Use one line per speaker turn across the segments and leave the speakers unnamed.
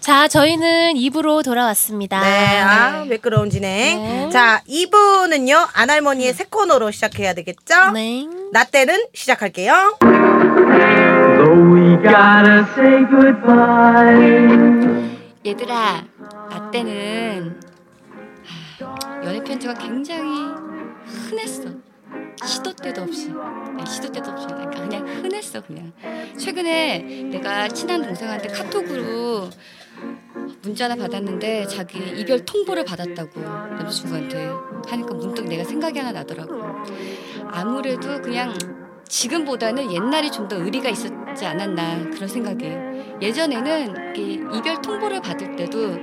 자, 저희는 2부로 돌아왔습니다.
네, 아, 매끄러운 진행.
네.
자, 2부는요, 안할머니의 새 코너로 시작해야 되겠죠?
네.
나 때는 시작할게요.
Though we gotta say goodbye.
얘들아, 나 때는 하, 연애 편지가 굉장히 흔했어. 시도 때도 없이, 아니, 시도 때도 없이, 그러니까 그냥 흔했어 그냥. 최근에 내가 친한 동생한테 카톡으로 문자 하나 받았는데 자기 이별 통보를 받았다고 남자친구한테 하니까 문득 내가 생각이 하나 나더라고. 아무래도 그냥 지금보다는 옛날이 좀 더 의리가 있었지 않았나 그런 생각이에요. 예전에는 이렇게 이별 통보를 받을 때도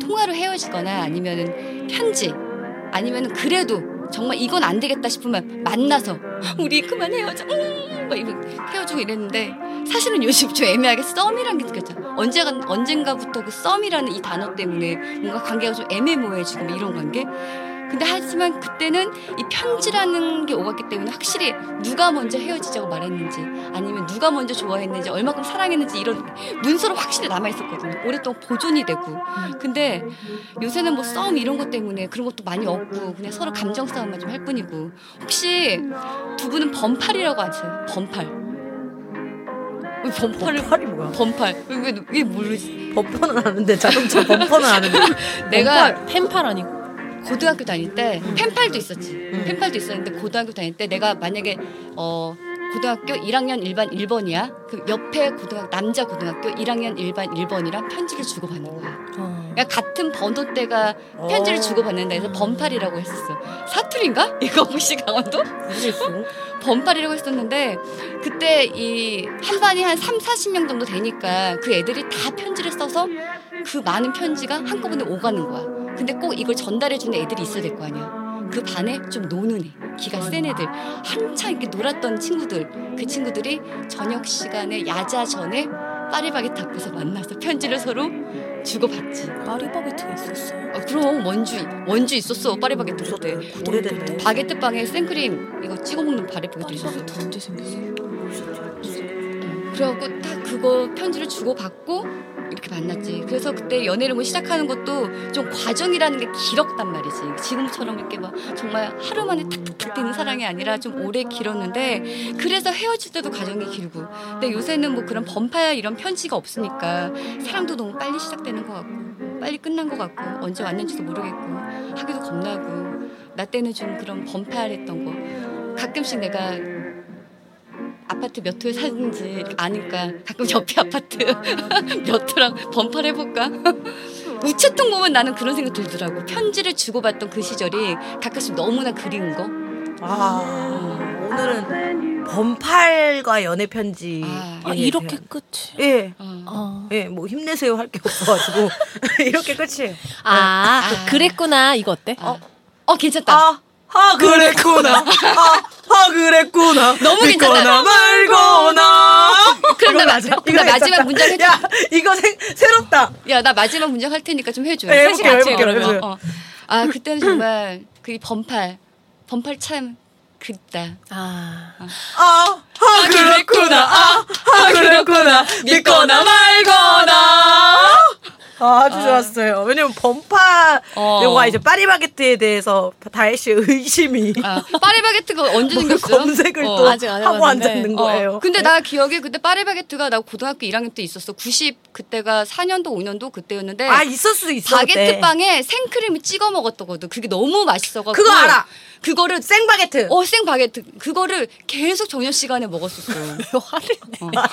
통화로 헤어지거나 아니면은 편지 아니면은 그래도 정말 이건 안 되겠다 싶으면 만나서 우리 그만 헤어져 음, 막 이런 헤어지고 이랬는데 사실은 요즘 좀 애매하게 썸이라는 게 느껴져 언제가 언젠가부터 그 썸이라는 이 단어 때문에 뭔가 관계가 좀 애매모호해지고 막 이런 관계 근데 하지만 그때는 이 편지라는 게 오갔기 때문에 확실히 누가 먼저 헤어지자고 말했는지 아니면 누가 먼저 좋아했는지 얼마큼 사랑했는지 이런 문서로 확실히 남아 있었거든요. 오랫동안 보존이 되고. 근데 요새는 뭐 싸움 이런 것 때문에 그런 것도 많이 없고 그냥 서로 감정 싸움만 좀 할 뿐이고. 혹시 두 분은 범팔이라고 하세요? 범팔. 왜 범팔을
팔이 뭐야?
범팔 왜, 왜, 왜 모르지?
범퍼는 아는데, 자동차 범퍼는 아는데.
내가
펜팔 아니고.
고등학교 다닐 때 펜팔도 있었지. 펜팔도 있었는데 고등학교 다닐 때 내가 만약에 어 고등학교 1학년 일반 1번이야. 그 옆에 고등학 남자 고등학교 1학년 일반 1번이랑 편지를 주고 받는 거야.
어.
그러니까 같은 번호대가
어.
편지를 주고 받는다 해서 범팔이라고 했었어. 사투리인가? 이거 혹시 강원도? 범팔이라고 했었는데 그때 이 한 반이 한 3, 40명 정도 되니까 그 애들이 다 편지를 써서 그 많은 편지가 한꺼번에 오가는 거야. 근데 꼭 이걸 전달해 주는 애들이 있어야 될 거 아니야. 그 반에 좀 노는 애, 기가 센 애들, 한창 이렇게 놀았던 친구들, 그 친구들이 저녁 시간에 야자 전에 파리바게트 앞에서 만나서 편지를 서로 주고받지.
파리바게트가 있었어요.
아, 그럼 원주 원주 있었어 파리바게트 그때.
오래됐네. 아,
바게트 빵에 생크림 이거 찍어 먹는 파리바게트 있었어.
파리바게트 언제 생겼어요?
그래갖고 딱 그거 편지를 주고받고 이렇게 만났지. 그래서 그때 연애를 뭐 시작하는 것도 좀 과정이라는 게 길었단 말이지. 지금처럼 이렇게 막 정말 하루 만에 탁탁탁 되는 사랑이 아니라 좀 오래 길었는데 그래서 헤어질 때도 과정이 길고. 근데 요새는 뭐 그런 번파야 이런 편지가 없으니까 사랑도 너무 빨리 시작되는 것 같고 빨리 끝난 것 같고 언제 왔는지도 모르겠고 하기도 겁나고 나 때는 좀 그런 번파했던 거 가끔씩 내가 아파트 몇 호에 사는지 아니까 가끔 옆에 아파트 몇 호랑 번팔 해볼까? 우체통 보면 나는 그런 생각 들더라고. 편지를 주고받던 그 시절이 가끔씩 너무나 그리운 거.
아, 오늘은 범팔과 연애편지.
아,
아, 이렇게 끝이.
예.
어.
어.
예, 뭐 힘내세요 할 게 없어가지고. 이렇게 끝이에요.
아,
아.
그랬구나. 이거 어때?
어, 어, 괜찮다.
아, 아, 그랬구나. 아, 아, 그랬구나.
너무 괜찮다.
믿거나 말거나.
그럼 나,
이거
마,
맞아?
그럼
이거
나 마지막
괜찮다.
문장 해줘.
야, 이거 생, 새롭다.
야, 나 마지막 문장 할 테니까 좀 해줘.
네,
셋이
해볼게요,
같이
해볼게요,
그러면.
해볼게요.
어. 아, 그때는 정말 그 번팔, 번팔 참 그립다.
아.
아, 아, 그랬구나. 아, 아, 그랬구나. 믿거나 말거나. 아, 아주 좋았어요. 왜냐면 범파
어.
요가 이제 파리바게트에 대해서 다혜 씨 의심이
아, 파리바게트가 언제
뭔가
생겼어요?
검색을
어.
또
아직 안
하고
해봤는데.
앉았는 거예요. 네.
어, 근데 나 기억에 그때 파리바게트가 나 고등학교 1학년 때 있었어. 90 그때가 4년도 5년도 그때였는데
아 있을 수 있어.
바게트
그때.
빵에 생크림을 찍어 먹었더거든. 그게 너무 맛있어가지고
그거 알아.
그거를
생바게트.
어 생바게트 그거를 계속 저녁 시간에 먹었었어.
네, 아,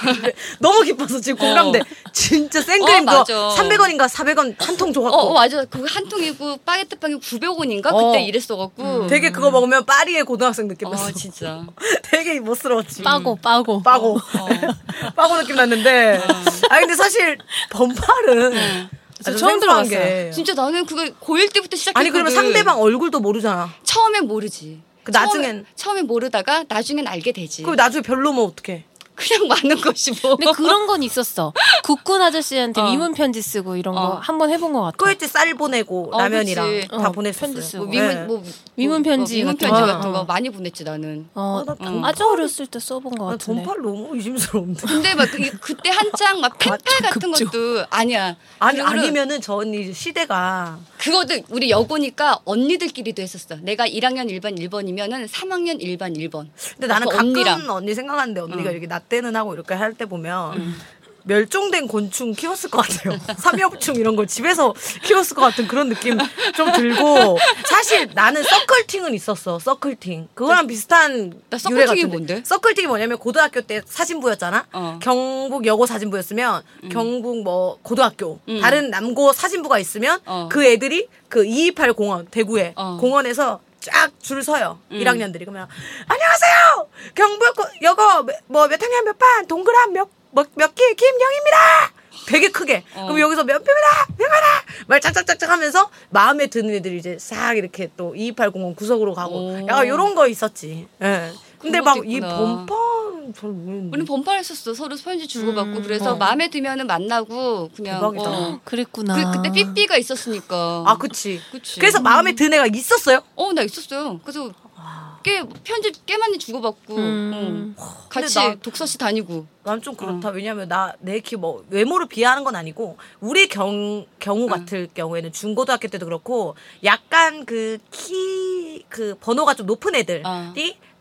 너무 기뻐서 지금 공감돼. 진짜 생크림
어,
그거
맞아.
300원인가 400원 한 통
어,
줘갖고
어 맞아. 그거 한 통이고 바게트 빵이 900원인가
어. 아,
그때 이랬어갖고.
되게 그거 먹으면 파리의 고등학생 느낌이었어.
어 진짜.
되게 멋스러웠지.
음. 빠고, 빠고.
빠고
어.
빠고 느낌 났는데 아 근데 사실 범팔은
저 처음
아, 생소한
들어봤어요.
게
네. 진짜 나는 그걸 고1 때부터 시작했거든.
아니 그러면 상대방 얼굴도 모르잖아.
처음엔 모르지.
그
처음엔-
나중엔- 그
처음엔 모르다가 나중엔 알게 되지.
그럼 나중에 별로면 뭐 어떡해?
그냥 많은 것이 뭐.
근데 그런 건 있었어. 국군 아저씨한테
어.
미문 편지 쓰고 이런 거
어.
한 번 해본 것 같아.
그랬지 쌀 보내고
어,
라면이랑
그치.
다
어,
보냈었어요.
편지 쓰고.
뭐 미문
네.
뭐
미문 편지
뭐, 미문
같은
편지
거.
같은 거
어.
많이 보냈지 나는.
어,
나 돈-
아주 어렸을 때 써본 것
난
같은데.
돈팔 너무 의심스러운데.
근데 막 그, 그때 한창 막 펜팔 같은
급조.
것도 아니야.
아, 아니
그거를-
아니면은 저 언니 시대가
그거도 우리 여고니까 언니들끼리도 했었어. 내가 1학년 1반 1번이면은 3학년 1반 1번.
근데 나는 가끔
언니랑.
언니 생각하는데 언니가 이렇게 낮대는 하고 이렇게 할 때 보면 멸종된 곤충 키웠을 것 같아요. 삼엽충 이런 걸 집에서 키웠을 것 같은 그런 느낌 좀 들고 사실 나는 서클팅은 있었어. 서클팅 그거랑 비슷한
나
유래
서클팅이
같은데.
뭔데?
서클팅이 뭐냐면 고등학교 때 사진부였잖아.
어.
경북 여고 사진부였으면 경북 뭐 고등학교
음.
다른 남고 사진부가 있으면
어.
그 애들이 그 228 공원 대구에
어. 음.
공원에서 쫙 줄 서요. 1학년들이 그러면 안녕하세요. 경북 고- 여고 뭐 몇 학년 몇 반 동그란 몇몇몇기 김영입니다. 되게 크게.
어.
그럼 여기서 몇 표입니다. 몇마라 말 짝짝짝짝 하면서 마음에 드는 애들이 이제 싹 이렇게 또 228 공원 구석으로 가고
오.
약간 요런 거 있었지. 예. 근데
그런 것도
막 이
있구나.
범퍼는 잘 모르겠는데.
우리 번팔했었어. 서로 편지 주고받고 그래서
어.
마음에 들면은 만나고 그냥
대박이다.
어.
그랬구나.
그 그때 삐삐가 있었으니까.
아, 그치.
그치.
그래서 마음에 드는 애가 있었어요?
어, 나 있었어요. 그래서
아.
꽤 편지 꽤 많이 주고받고
음.
응. 같이
근데 나-
독서실 다니고.
난 좀
어.
그렇다. 왜냐면 나 내키 뭐 외모를 비하하는 건 아니고 우리 경
음.
경우 같을 경우에는 중고등학교 때도 그렇고 약간 그 키 그 번호가 좀 높은 애들이
어.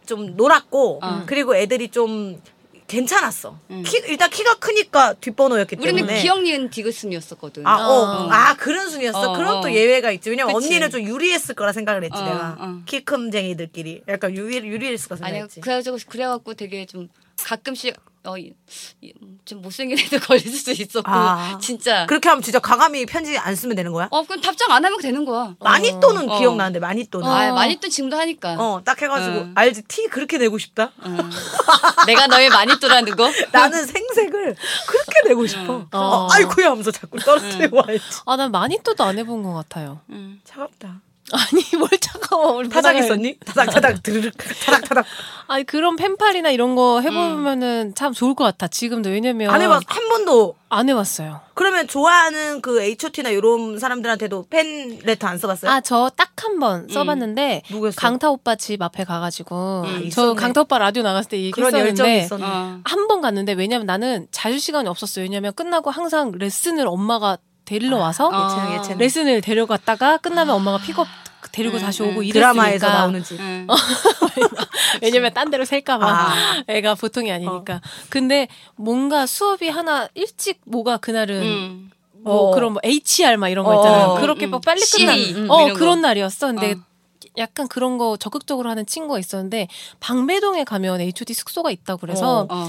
좀 놀았고
어.
그리고 애들이 좀 괜찮았어.
음.
키 일단 키가 크니까 뒷번호였기
우리는
때문에
기억니은 디귿음이었었거든.
네. 아, 어.
어.
아, 그런 순이었어.
어,
그런 또
어.
예외가 있지. 왜냐면
그치.
언니는 좀 유리했을 거라 생각을 했지,
어,
내가.
어.
키큼쟁이들끼리. 약간 유리, 유리했을 거라
아니
생각했지.
그래가지고 그래갖고 되게 좀 가끔씩 어, 어좀 못생긴 애들 걸릴 수도 있었고
아.
진짜
그렇게 하면 진짜 과감히 편지 안 쓰면 되는 거야?
어 그럼 답장 안 하면 되는 거야.
마니또는
어.
기억나는데, 마니또는.
아 많이 또 지금도 하니까.
어, 딱 해가지고,
어.
알지? 티 그렇게 내고 싶다?
내가 너의 많이 또라는 거.
나는 생색을 그렇게 내고 싶어. 어. 아이쿠야 하면서 자꾸 떨어뜨리고 알지?
아, 난 많이 또도 안 해본 것 같아요.
음.
차갑다.
아니, 뭘 차가워. 우리
타닥
문화가-
있었니? 타닥, 타닥, 드르륵, 타닥, 타닥.
아니, 그런 펜팔이나 이런 거 해보면은 참 좋을 것 같아. 지금도 왜냐면.
음. 안 해봤, 한 번도.
안 해봤어요.
그러면 좋아하는 그 HOT나 이런 사람들한테도 팬 레터 안 써봤어요?
아, 저 딱 한 번
음.
써봤는데
누구였어요?
강타 오빠 집 앞에 가가지고
음,
저
있었네.
강타 오빠 라디오 나갔을 때
그런 열정이
얘기했었는데
있었네.
어.
한 번 갔는데 왜냐면 나는 자유 시간이 없었어요. 왜냐면 끝나고 항상 레슨을 엄마가 데리러 와서
아.
예체능 예체능
레슨을 데려갔다가 끝나면 엄마가 픽업 데리고 다시 오고 이랬으니까
아. 음, 드라마에서 나오는지
음.
왜냐면 딴 데로 셀까봐
아. 어.
애가 보통이 아니니까 근데 뭔가 수업이 하나 일찍 뭐가 그날은
음.
뭐
어.
그런 뭐 HR 막 이런 거
어,
있잖아요.
어,
그렇게
음.
막 빨리
시리,
끝난
음,
어
이런 거.
그런 날이었어. 근데
어.
약간 그런 거 적극적으로 하는 친구가 있었는데 방배동에 가면 HOD 숙소가 있다고 그래서
어.
어.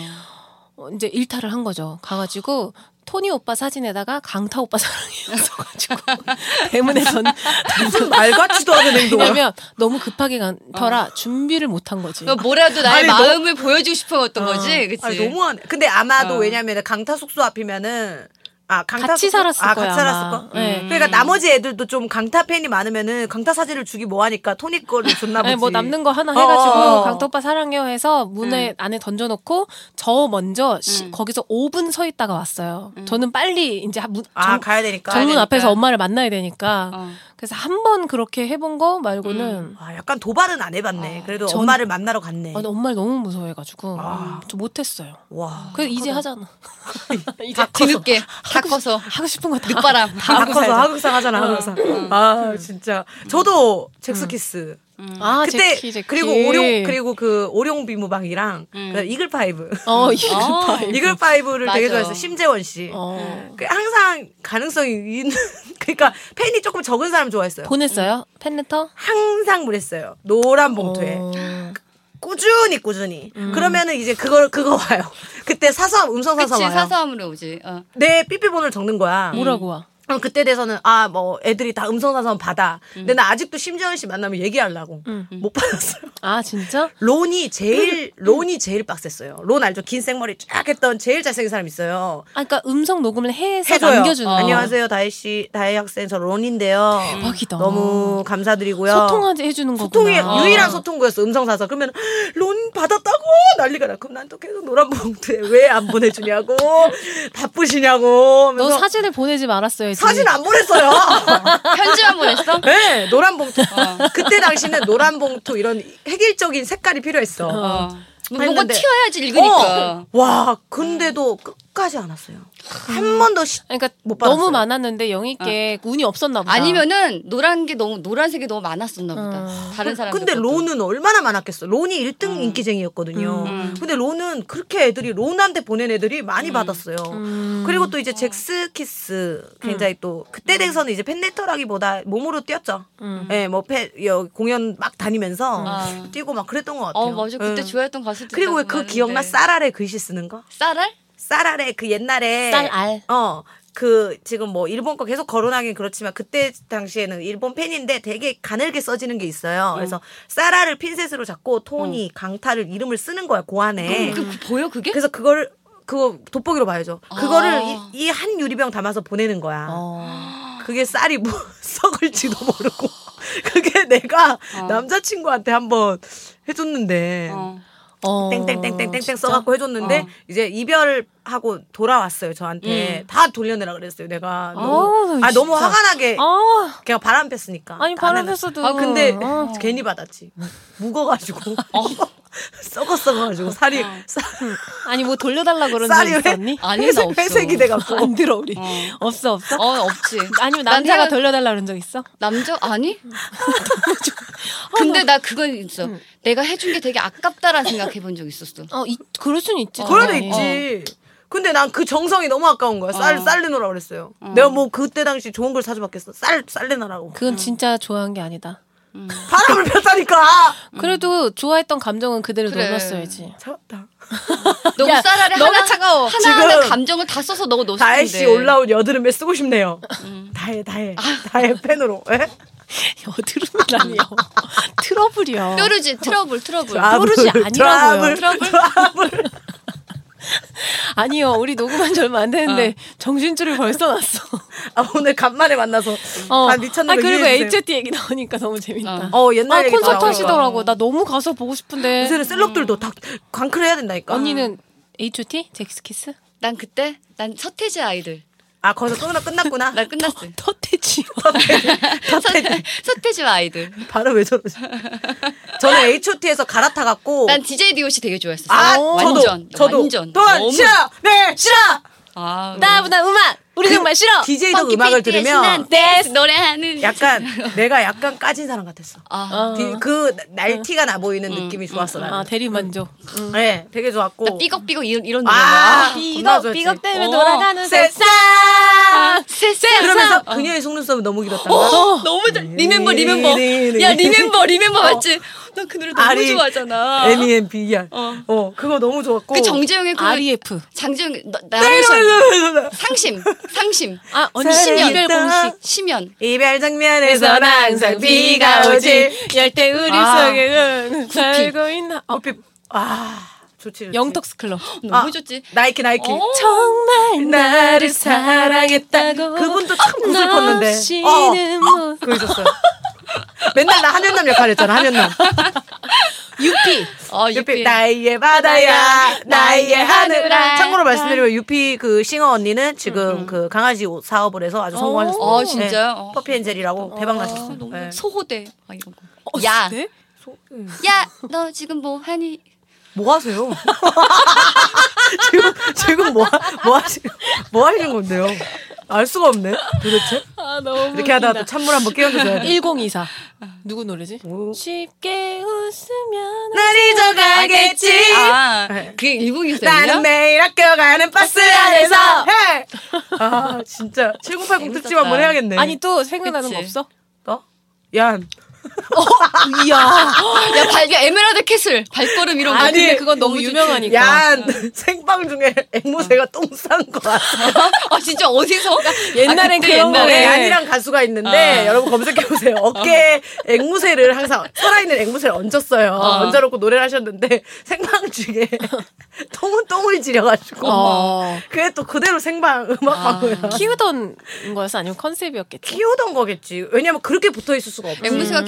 어, 이제 일탈을 한 거죠. 가가지고 토니 오빠 사진에다가 강타 오빠 사랑해요 써가지고 대문에선
무슨 말 같지도 않은 행동을
왜냐면 너무 급하게 간
어.
터라 준비를 못 한 거지.
그러니까 뭐라도 나의
아니, 너-
마음을 보여주고 싶었던 거지, 그치?
아니, 너무하네 근데 아마도
어.
왜냐면 강타 숙소 앞이면은 아 강타
같이
숙소?
살았을
아,
거야.
같이 살았을
아마.
거
네.
그러니까 나머지 애들도 좀 강타 팬이 많으면은 강타 사진을 주기 뭐하니까 토니 거를 줬나 보지
네, 뭐 남는 거 하나
어,
해가지고
어, 음. 어.
강타 오빠 사랑해요 해서 문에 안에 던져놓고 저 먼저 시-
음.
거기서 5분 서 있다가 왔어요. 저는 빨리 이제 문,
음. 아
정-
가야 되니까
정문
되니까.
앞에서 엄마를 만나야 되니까
어.
그래서 한 번 그렇게 해본 거 말고는
아 약간 도발은 안 해봤네 그래도
아, 전-
엄마를 만나러 갔네
아, 나 엄마를 너무 무서워해가지고
아.
음, 저 못했어요.
와
그래서 이제 하잖아. 이제
다 커서
뒤늦게, 다 커서,
하고 싶은 거 다.
늦바람.
다
하고
커서
살자. 어. 음.
하극상 하잖아 하극상 아 진짜 저도 잭스키스
아
그때
제키 제키.
그리고 오룡 그리고 그 오룡 비무방이랑 그다음 이글 파이브
어 이게
어.
급하게.
이글 파이브를 되게
맞아.
좋아했어요 심재원 씨.
어.
그 항상 가능성이 있는 그러니까 팬이 조금 적은 사람 좋아했어요.
보냈어요? 팬레터?
항상 그랬어요. 노란 봉투에
어.
음. 꾸준히 꾸준히. 그러면은 이제 그걸 그거 와요. 그때 사서 음성 사서
그치,
와요.
사서함으로 오지. 어.
음.
내 삐삐본을 적는 거야.
뭐라고 와?
그럼 그때 돼서는 아 뭐 애들이 다 음성사선 받아. 근데 나 아직도 심지원 씨 만나면 얘기하려고 못 받았어요.
아 진짜?
론이 제일 론이 제일 빡셌어요. 론 알죠? 긴 생머리 쫙 했던 제일 잘생긴 사람 있어요.
아 그러니까 음성 녹음을 해서
해줘요.
남겨주는
어.
거.
안녕하세요 다혜 씨, 다혜 학생 저 론인데요.
대박이다.
너무 감사드리고요.
소통하지 해주는 거구나.
소통이
아.
유일한 소통구였어 음성사서 그러면 론 받았다고 난리가 나 그럼 난 또 계속 노란 봉투에 왜 안 보내주냐고 바쁘시냐고
너
하면서
사진을 보내지 말았어야지.
사진 안 보냈어요
편지만 보냈어?
네, 노란 봉투
어.
그때 당시는 노란 봉투 이런 획일적인 색깔이 필요했어
어. 뭔가
했는데.
튀어야지 읽으니까.
어, 와 근데도 끝까지 안 왔어요 한 번도 시...
그러니까
못 받았어요.
너무 많았는데 영희께 운이 없었나 보다.
아니면은 노란 게 너무 노란색이 너무 많았었나 보다.
음.
다른 사람.
어. 그, 근데 론은 얼마나 많았겠어. 론이 1등 인기쟁이였거든요.
음.
근데 론은 그렇게 애들이 론한테 보낸 애들이 많이 받았어요.
음.
그리고 또 이제 잭스키스 굉장히
음.
또 그때 돼서는 이제 팬레터라기보다 몸으로 뛰었죠. 예,
음.
뭐 팬, 여, 공연 막 다니면서
아.
뛰고 막 그랬던 것 같아요.
어 맞아 그때
예.
좋아했던 네. 가수들.
그리고 왜 그 기억나 쌀알에 글씨 쓰는 거?
쌀알?
쌀알에 그 옛날에
아,
쌀알.
어. 그 지금 뭐 일본 거 계속 거론하긴 그렇지만 그때 당시에는 일본 팬인데 되게 가늘게 써지는 게 있어요. 그래서 사라를 핀셋으로 잡고 토니 강타를 이름을 쓰는 거야 고안에.
어. 그, 그 보여 그게? 아.
그래서 그걸 그거 돋보기로 봐야죠. 그거를 이 한 유리병 담아서 보내는 거야.
어.
그게 쌀이 뭐 썩을지도 모르고 그게 내가 남자친구한테 한번 해줬는데
어.
어.
땡땡땡땡땡
진짜?
써갖고 해줬는데
어.
이제 이별하고 돌아왔어요 저한테 다 돌려내라 그랬어요 내가
음.
너무
아우,
아 너무
진짜.
화가 나게
아
그냥 바람 폈으니까
아니
다
바람
내놔.
폈어도.
아 근데
어.
괜히 받았지 묵어가지고 썩어 썩어가지고 살이 쌀-
아니 뭐 돌려달라 그런 적
쌀이 왜
있었니?
아니, 나
회색
없어.
회색이 돼갖고
안 들어 우리.
어.
없어 없어.
어 없지.
아니면
난
남자가 어,
태연-
돌려달라 그런 적 있어?
남자 아니? 근데 나 그건 있어. 내가 해준 게 되게 아깝다라는 생각해본 적 있었어.
어, 이, 그럴 순 있지.
그래도
당연히.
있지 근데 난 그 정성이 너무 아까운 거야 쌀
어.
쌀 내놓으라 그랬어요 내가 뭐 그때 당시 좋은 걸 사줘봤겠어 쌀 쌀 내놔라고
그건 진짜 좋아한 게 아니다.
바람을 폈다니까
그래도 좋아했던 감정은 그대로
음. 그래.
넣어놨어야지.
참았다
너무
야,
쌀알에
너무
하나
차가워.
하나하나
지금
감정을 다 써서 넣어 넣었는데.
다혜 씨 올라온 여드름에 쓰고 싶네요.
음.
다혜, 다혜,
아.
다혜 팬으로. 예?
여드름이라니요. 트러블이요.
뾰루지 트러블 트러블.
뾰루지 아, 아니라고요.
트러블, 트러블.
아니요, 우리 녹음한 지 얼마 안 됐는데 정신줄을 벌써 놨어.
아, 오늘 간만에 만나서 다 미쳤는데.
아 그리고
이해해주세요.
HT 얘기 나오니까 너무 재밌다.
어, 옛날
아
얘기
콘서트
나오니까.
하시더라고. 나 너무 가서 보고 싶은데.
요새는 셀럽들도 다 광클 해야 된다니까.
언니는 HT 잭스키스?
난 그때 난 서태지 아이들.
아, 거기서 끊어 끝났구나.
난 끝났어.
터태지.
터테지.
서태지와 아이들.
바로 왜 저러지? 저는 H.O.T.에서 갈아타 갖고.
난 DJ DOC 되게 좋아했었어.
어. 아,
완전
저도, 저도.
완전
돈
너무-
싫어, 네 싫어.
아,
나보다 음악. 우리 정말 싫어.
DJ도 음악을 들으면
댄스 노래하는
약간 내가 약간 까진 사람 같았어.
아,
아,
디- 그 날티가 나 보이는 느낌이 좋았어 나는.
아 대리 만족.
네, 되게 좋았고.
나 삐걱삐걱 이런 이런
아,
노래.
겁나 좋았지.
때문에
어.
아,
세상.
쎄쎄
그러면서 그녀의 속눈썹은 너무 길었다.
너무
어,
잘 리멤버 리멤버 야 리멤버 리멤버 맞지? 난 그 노래 너무
아리,
좋아하잖아.
M E M B R.
어.
어. 그거 너무 좋았고.
그 정재영의 그
E
REF.
장재영 너- 나레이션 상심 상심
아 언니
사랑했다.
이별 공식. 아.
심연
이별 장면에선 항상 비가
어.
오지.
열대 우리
아.
속에는 살고 있나. 어,
어피 아 좋지. 좋지.
영턱스 클럽.
너무
아,
좋지.
나이키 나이키.
어.
정말 나를 사랑했다고.
그분도 참 고슬펐는데.
어.
어.
없이는 못.
그거 있었어요. 맨날 나 한현남 역할 했잖아 한현남.
유피.
어
유피
유피
나의 바다야 나의 하늘아
하늘아.
참고로 말씀드리면 유피 그 싱어 언니는 지금 그 강아지 옷 사업을 해서 아주 성공하셨어요. 네.
아, 진짜요? 음, 어.
퍼피엔젤이라고 대박 나셨어요.
너무
네.
소호대 막 이런 거.
어,
야,
네?
야, 너 지금 뭐 하니?
뭐 하세요? 지금 지금 뭐, 하- 뭐 하시 뭐 하시는 건데요? 알 수가 없네 도대체
아 너무.
이렇게 하다가 또 찬물 한번 끼얹으세요.
1024. 누구 노래지?
오.
쉽게 웃으면
날 잊어가겠지.
아,
네.
그게 일국이었어요?
나는 매일 학교 가는 버스 안에서
안에서.
해. 아 진짜 7080 특집
재밌었다.
한번 해야겠네.
아니 또 생각나는
그치.
거 없어?
너? 얀.
이야.
야 발견 에메랄드 캐슬 발걸음 이런 거.
아니,
근데 그건 너무
너무
유명하니까.
유명하니까.
야 생방 중에 앵무새가 똥 싼 거 같아.
아 진짜 어디서?
옛날엔
그때
그런
네.
네.
얀이랑 가수가 있는데
어.
여러분 검색해 보세요. 어깨에 앵무새를 항상 살아있는 앵무새를 얹었어요. 얹어놓고 노래를 하셨는데 생방 중에 똥은 똥을 지려가지고
어. 아.
그게 또 그대로 생방 음악방송이야.
키우던 거였어 아니면 컨셉이었겠지.
키우던 거겠지. 왜냐면 그렇게 붙어 있을 수가 없어.
앵무새가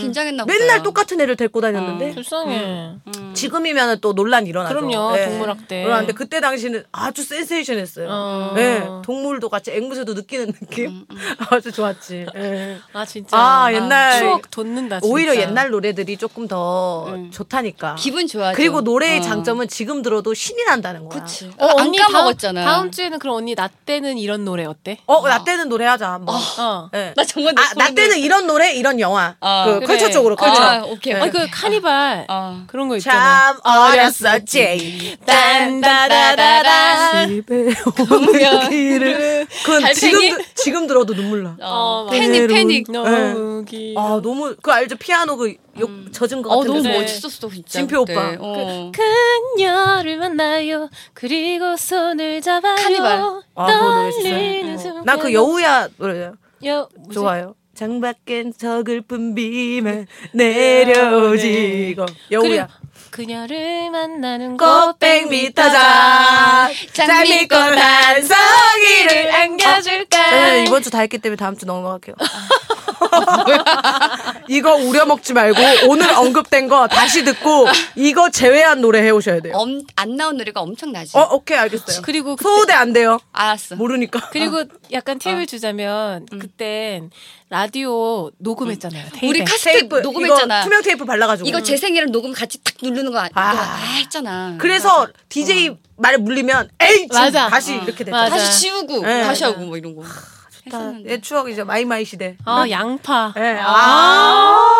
음.
긴장했나 보다. 음.
맨날 똑같은 애를 데리고 다녔는데
불쌍해.
지금이면 또 논란 이 일어나죠.
음, 그렇죠.
예.
그럼요, 동물학대.
네. 그런데 그때 당시는 아주 센세이션했어요.
어.
예, 동물도 같이 앵무새도 느끼는 느낌. 아주 좋았지. 예.
아 진짜.
아 옛날
추억 돋는다. 진짜.
오히려 옛날 노래들이 조금 더 좋다니까.
기분 좋아져.
그리고 노래의
어.
장점은 지금 들어도 신이 난다는 거야.
그치.
어,
안
언니 다음-
까먹었잖아.
다음, 주에는 그럼 언니 나 때는 이런 노래 어때?
어, 나 때는 노래하자 한번.
어.
예.
나 정말 내
아, 나
소리는-
때는 이런 노래, 이런 영화.
아,
그
그래.
컬처 쪽으로 컬처.
아, 오케이.
네.
아니 그 카니발
어.
그런 거 있잖아.
참 어렸었지. 딴다다다다. 집에 오는
오면
길을. 그건
달팽이?
지금, 들- 지금 들어도 눈물 나.
어,
어,
네,
패닉 패닉.
너무 기.
아, 너무, 그 알죠? 피아노 그 욕, 젖은 거
어
같은데.
너무
네.
멋있었어 진짜.
진표
그때.
오빠.
어.
그녀를 만나요. 그리고 손을 잡아요.
카니발.
아, 그 노래 진짜. 난 그 여우야 노래
여
좋아요. 창밖엔 서글픈 비만 내려오지. 이거. 여우야.
그녀를 만나는
꽃백 미터자 장미꽃 한 송이를 아,
안겨줄까?
저는 이번 주 다 했기 때문에 다음 주 넘어갈게요. 아, 이거 우려먹지 말고 오늘 언급된 거 다시 듣고 이거 제외한 노래 해오셔야 돼요.
엄, 안 나온 노래가 엄청 나지.
네. 어, 오케이 알겠어요.
그리고 그때-
소우대 안 돼요.
알았어.
모르니까.
그리고 약간
어.
팁을 주자면
음.
그땐 라디오 녹음했잖아요. 테이프.
우리 카세트 녹음했잖아.
네. 이거 투명 테이프 발라가지고.
이거 재생이랑 녹음 같이 탁 누르는 거 아,
아.
아. 했잖아.
음. 그래서 DJ 말에 물리면 에이 지금
맞아.
다시
어.
이렇게 됐죠.
맞아.
다시 지우고
네.
다시 하고 뭐 이런 거.
다,
했었는데.
예, 추억이죠. 마이마이 시대.
아 양파.
예. 아.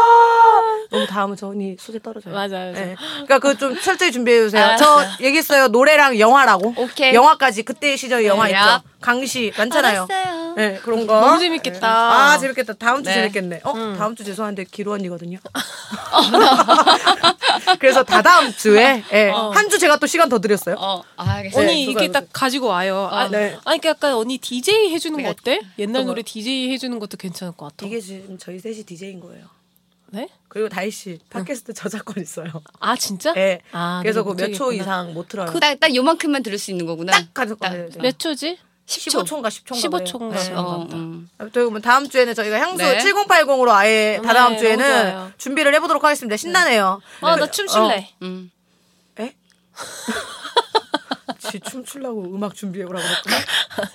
너무 다음은 저 언니 소재 떨어져요.
맞아요. 아, 네.
예. 그러니까 그거 좀 철저히 준비해 주세요. 저
알았어요.
얘기했어요. 노래랑 영화라고.
오케이.
영화까지 그때 시절 영화
네,
있죠.
야.
강시 많잖아요.
알았어요.
예, 그런 거.
너무 재밌겠다.
예. 아, 재밌겠다. 다음 주
네.
재밌겠네. 어, 다음 주 죄송한데 기루 언니거든요.
어,
그래서 다다음 주에 예.
어.
한 주 제가 또 시간 더 드렸어요.
어, 아, 알겠어.
언니
네,
이렇게
그거
딱 가지고 와요. 아,
네. 그러니까
아니 그러니까 약간 언니 DJ 해주는 거
그래.
어때? 옛날
어머.
노래 DJ 해주는 것도 괜찮을 것 같아.
이게 지금 저희 셋이 DJ인 거예요.
네?
그리고 다희 씨 팟캐스트 저작권 있어요.
아 진짜?
예.
아,
그래서
내가
그 몇 초
못하겠구나.
이상 못 들어요.
딱, 딱 요만큼만 들을 수 있는 거구나.
그 딱 가서 꺼내야 돼요.
몇 네, 초지?
10초.
네. 15초인가 10초인가 네.
15초인가
어,
그런 거
음.
아무튼 그러면 다음 주에는 저희가 향수
네.
7080으로 아예
네,
다다음
너무
주에는
좋아요.
준비를 해보도록 하겠습니다. 신나네요.
어,
어,
아나 춤출래.
음.
에? 지 춤추려고 음악 준비해오라고 했구나.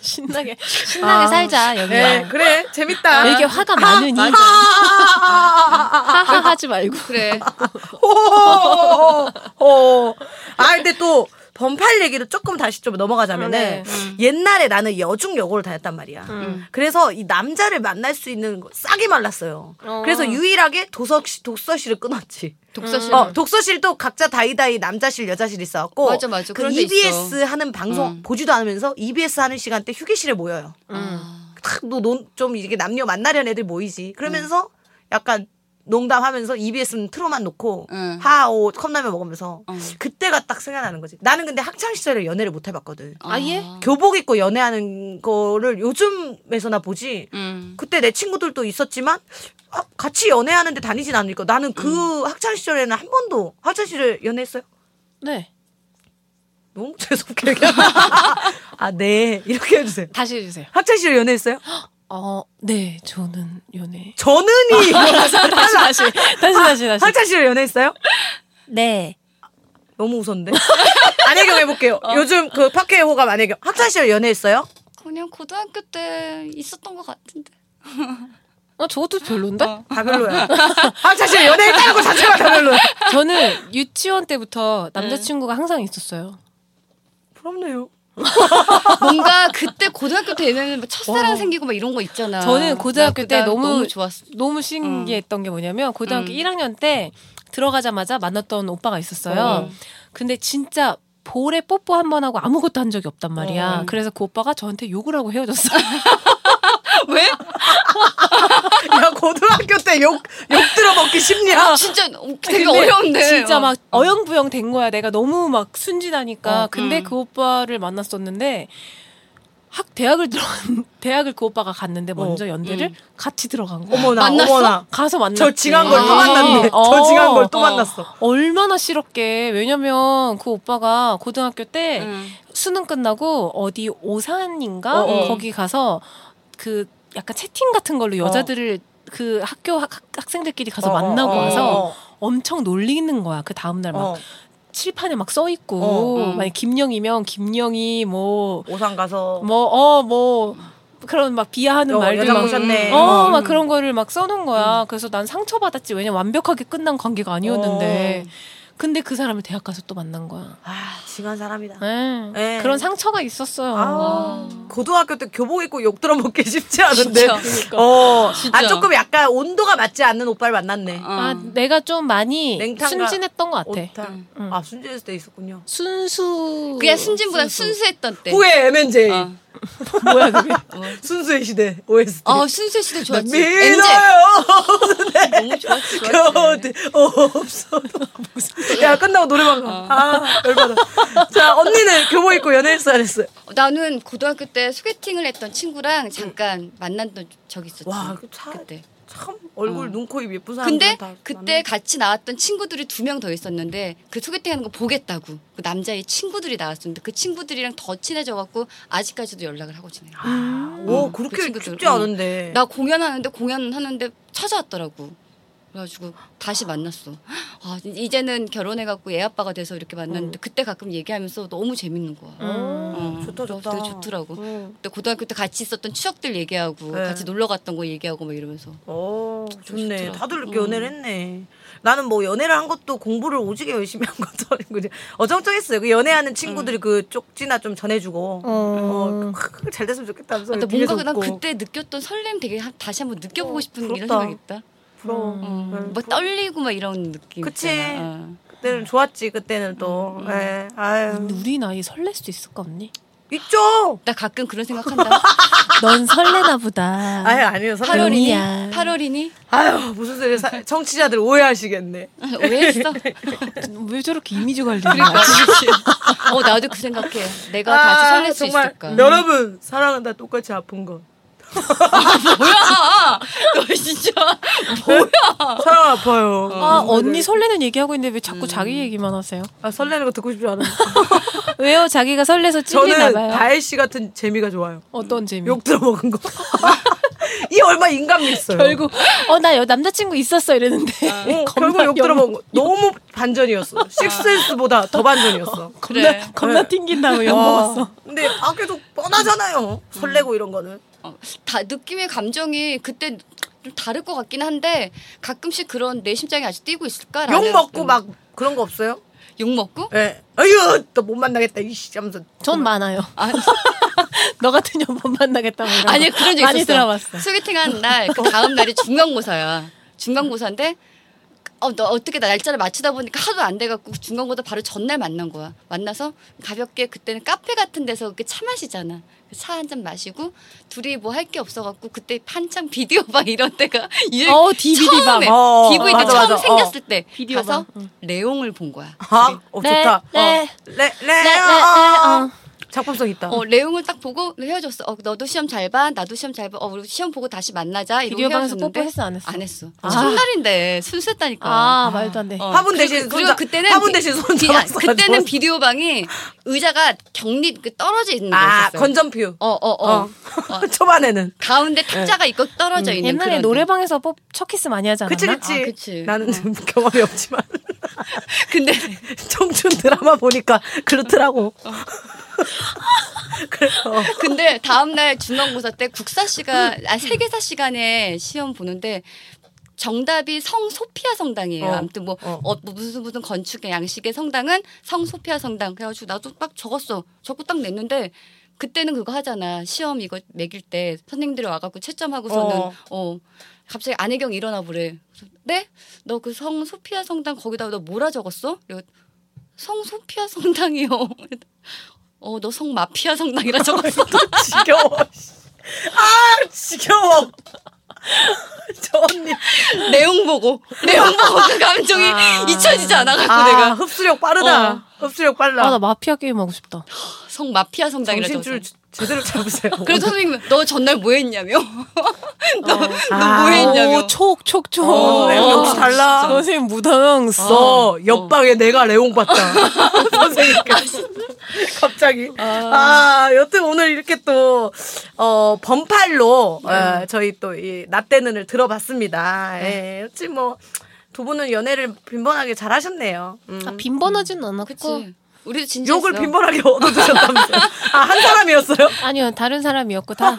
신나게 신나게
아.
살자 여기.
네, 아, 그래 재밌다.
왜 이렇게 화가 많으니?
아,
하하 하지 말고.
음.
그래.
어, 호호호호호호. 어, 아 근데 또 범팔 얘기를 조금 다시 좀 넘어가자면은
네.
음.
옛날에 나는 여중 여고를 다녔단 말이야. 그래서 이 남자를 만날 수 있는 거 싹이 말랐어요.
어.
그래서 유일하게 도서실 독서실을 끊었지.
독서실.
어, 독서실도 각자 다이다이 남자실 여자실 있어갖고
맞아, 맞아.
그
그런 데
EBS
있어.
하는 방송
음.
보지도 않으면서 EBS 하는 시간 때 휴게실에 모여요.
음.
아.
탁너좀 이게 남녀 만나려는 애들 모이지. 그러면서 약간 농담하면서 E EBS는 틀어만 놓고
음.
하오 컵라면 먹으면서
어.
그때가 딱 생각나는 거지. 나는 근데 학창 시절에 연애를 못 해봤거든.
아예?
교복 입고 연애하는 거를 요즘에서나 보지.
음.
그때 내 친구들도 있었지만 아, 같이 연애하는데 다니진 않으니까 나는 그 학창 시절에는 한 번도 학창 시절 연애했어요.
네.
너무 재수없게 얘기하네. 아, 네. 이렇게 해주세요.
다시 해주세요.
학창 시절 연애했어요?
어, 네, 저는 연애.
저는이.
다시 다시 다시 다시 다시.
학창 시절 연애했어요?
네.
너무 웃었는데. 안혜경 해볼게요.
어.
요즘 그 파케 호감 안혜경. 학창 시절 연애했어요?
그냥 고등학교 때 있었던 것 같은데.
어, 저것도 별론데?
다 별로야. 학창 시절 연애했다는 거 자체가 다 별로야.
저는 유치원 때부터 남자친구가
네.
항상 있었어요.
부럽네요.
뭔가 그때 고등학교 때는 막 첫사랑 생기고 막 이런 거 있잖아.
저는 고등학교
나
때
그날
너무-
너무 좋았어.
너무 신기했던 게 뭐냐면
음.
고등학교 1학년 때 들어가자마자 만났던 오빠가 있었어요.
어.
근데 진짜 볼에 뽀뽀 한 번 하고 아무것도 한 적이 없단
어.
말이야. 그래서 그 오빠가 저한테 욕을 하고 헤어졌어요.
아,
왜? 아,
야, 고등학교 때 욕, 욕 그 심리야.
어.
진짜 어, 되게
아, 근데
어려운데.
진짜
어.
막 어영부영 된 거야. 내가 너무 막 순진하니까.
어,
근데
음.
그 오빠를 만났었는데 학 대학을 들어 대학을 그 오빠가 갔는데 먼저 연대를
음.
같이 들어간 거야.
어. 어머나,
만났어?
어머나.
가서 만났지.
저 징한 걸 또
아.
만났네. 저
어.
징한 걸 또
어.
만났어.
얼마나 싫었게. 왜냐면 그 오빠가 고등학교 때
응.
수능 끝나고 어디 오산인가
음. 어, 어.
거기 가서 그 약간 채팅 같은 걸로 여자들을 그 학교 학, 학생들끼리 가서
어,
만나고
어, 어,
와서
어,
엄청 놀리는 거야. 그 다음 날막
어.
칠판에 막 써 있고
어, 어.
만약 김영이면 김영이
오산 가서
뭐 뭐 어 뭐 그런 막 비하하는
어,
말들
여자
막
모셨네.
어
어.
막 그런 거를 막 써놓은 거야. 그래서 난 상처받았지. 왜냐 면 완벽하게 끝난 관계가 아니었는데. 근데 그 사람을 대학 가서 또 만난 거야.
아, 징한 사람이다.
예.
예.
그런 상처가 있었어요.
아, 고등학교 때 교복 입고 욕 들어먹기 쉽지 않은데.
진짜.
그러니까.
어,
진짜.
아 조금 약간 온도가 맞지 않는 오빠를 만났네.
어.
아 내가 좀 많이
냉탕과
순진했던 것 같아.
오타.
응.
아 순진했을 때 있었군요.
순수.
그냥 순진보다 순수했던 때.
후에 MNJ
네. 어.
뭐야 그게?
순수의 시대 OST.
아 순수의 시대 좋았지. MZ.
믿어요. 네.
너무 좋았지. 좋았지.
겨우대 어, 없어도 야 끝나고 노래방 가.
어.
아 열받아. 자 언니는 교복 입고 연애했어 안 했어요?
나는 고등학교 때 소개팅을 했던 친구랑 잠깐 만난 적이 있었지.
와, 그 차-
그때.
참 얼굴
어.
눈코 입 예쁜 사람.
근데 그때 같이 나왔던 친구들이 두 명 더 있었는데 그 소개팅하는 거 보겠다고 그 남자의 친구들이 나왔었는데 그 친구들이랑 더 친해져갖고 아직까지도 연락을 하고 지내요.
오
아.
음, 그
그렇게
친구들,
쉽지
음.
않은데.
나 공연하는데 공연하는데 찾아왔더라고. 그래가지고 다시 만났어. 아 이제는 결혼해갖고 애 아빠가 돼서 이렇게
어.
만났는데 그때 가끔 얘기하면서 너무 재밌는 거야.
음,
어,
좋다
그래서
좋다.
되게 좋더라고.
음.
그때 고등학교 때 같이 있었던 추억들 얘기하고
네.
같이 놀러 갔던 거 얘기하고 막 이러면서
오, 좋네.
좋더라고.
다들 이렇게
음.
연애를 했네. 나는 뭐 연애를 한 것도 공부를 오지게 열심히 한 것도 아니고 그냥 어정쩡했어요. 그 연애하는 친구들이 그 쪽지나 좀 전해주고
어.
어, 크, 잘 됐으면 좋겠다 하면서
근데
뒤에서
뭔가 난
웃고.
그때 느꼈던 설렘 되게 한- 다시 한번 느껴보고
어,
싶은 이런
부럽다.
생각이 있다.
부러워.
어,
음.
뭐 떨리고 막 이런 느낌.
그치.
있잖아. 어.
그때는 좋았지. 그때는 또. 예. 아유.
근데 우리 나이 설렐 수 있을까 언니?
있죠.
나 가끔 그런 생각한다.
넌 설레나 보다.
아유 아니에요. 설-
8월이니?
아니야.
8월이니?
아유 무슨 소리 사, 청취자들 오해하시겠네.
오해했어.
왜 저렇게 이미지 관리를
그러니까.
하지?
어 나도 그 생각해. 내가 다시 설렐 수
그러니까. 아, 정말
있을까?
여러분 사랑은 다 똑같이 아픈 거.
아, 뭐야? 너 진짜
사랑 아파요.
아 언니 설레는 얘기하고 있는데 왜 자꾸 자기 얘기만 하세요?
아, 설레는 거 듣고 싶지 않아.
왜요? 자기가 설레서 찔리나
저는
봐요.
다혜 씨 같은 재미가 좋아요.
어떤 재미?
욕 들어먹은 거. 이 얼마 인간미 있어요.
결국 어나 남자친구 있었어 이랬는데
어, 결국 욕 들어먹은 거. 너무 반전이었어. 식스센스보다 더 반전이었어.
겁나
그래.
겁나 튕긴다고 뭐 욕
와,
먹었어.
근데 아 계속 뻔하잖아요. 설레고 이런 거는.
어, 다 느낌의 감정이 그때 좀 다를 것 같긴 한데 가끔씩 그런 내 심장이 아직 뛰고 있을까?
욕 먹고 막 그런 거 없어요?
욕 먹고?
예. 아유, 또 못 만나겠다. 이씨 하면서.
전 많아요. 너 같은 여못 만나겠다고. 뭐 이러고.
아니 그런 적 있었어.
많이 들어봤어.
소개팅 한 날 그 다음 날이 중간고사야. 중간고사인데 어, 너 어떻게 나 날짜를 맞추다 보니까 하도 안 돼갖고 중간고사 바로 전날 만난 거야. 만나서 가볍게 그때는 카페 같은 데서 이렇게 차 마시잖아. 그 차 한 잔 마시고 둘이 뭐 할 게 없어가지고 그때 한참 비디오 방 이런 때가 유행-
어, DVD 방.
처음에
어,
DVD
맞아,
처음
맞아. 어.
생겼을 때
비디오
가서
방,
레옹을 본 거야.
아, 어,
네,
좋다.
네.
어. 레, 레,
네, 네,
어.
네, 어.
작품성 있다.
어, 레옹을 딱 보고 헤어졌어. 어, 너도 시험 잘 봐. 나도 시험 잘 봐. 어, 우리 시험 보고 다시 만나자. 이러고
비디오 방에서
헤어졌는데
뽀뽀했어, 안 했어?
안 했어.
아.
첫날인데 순수했다니까.
아, 말도 안 돼.
어,
화분
그리고-
대신 손
그리고
잡-
그때는
화분
비-
대신 손
비- 아,
잡았어.
그때는
좋았어.
비디오 방이 의자가 격리 그 떨어져 있는
아,
거였어.
건전뷰.
어, 어, 어.
어. 네.
어.
초반에는.
가운데 탁자가 있고 떨어져 있는
음. 옛날에
그런
노래방에서 뽀, 첫키스 많이 하지 않았나?
그치, 그치.
아, 그치.
나는 좀 경험이 없지만.
근데
청춘 드라마 보니까 그렇더라고. 그래, 어.
근데 다음 날 중간고사 때 국사 시간 아 세계사 시간에 시험 보는데 정답이 성 소피아 성당이에요.
어,
아무튼 뭐,
어.
어, 뭐 무슨 무슨 건축의 양식의 성당은 성 소피아 성당. 그래가지고 나도 딱 적었어. 적고 딱 냈는데 그때는 그거 하잖아. 시험 이거 매길 때 선생님들이 와갖고 채점하고서는
어.
어. 갑자기 안혜경 일어나 보래. 그래서 네? 너 그 성 소피아 성당 거기다가 너 뭐라 적었어? 이거 성 소피아 성당이요. 어, 너 성 마피아 성당이라 적었어.
지겨워. 씨. 아, 지겨워. 저 언니.
내용 보고 내용 보고 그 감정이
아.
잊혀지지 않아갖고
아,
내가
흡수력 빠르다.
어.
흡수력 빨라.
아 나 마피아 게임 하고 싶다.
성 마피아 성당이라서
정신줄 주- 제대로 잡으세요.
그래서 선생님 너 전날 뭐 했냐며
아,
뭐 했냐며.
어. 오, 촉, 촉, 촉.
어, 선생님 역시 달라.
선생님 무당 써.
어, 옆방에 내가 레옹 봤다. 선생님께서. 갑자기. 아, 여튼 오늘 이렇게 또, 어, 번팔로,
네.
예, 저희 또 이 낮대는을 들어봤습니다.
네.
예, 역시 뭐, 두 분은 연애를 빈번하게 잘 하셨네요. 음.
아, 빈번하진 않았고.
그치 우리도 진짜
욕을 빈번하게 얻어드셨다면서요? 아, 한 사람이었어요?
아니요, 다른 사람이었고 다.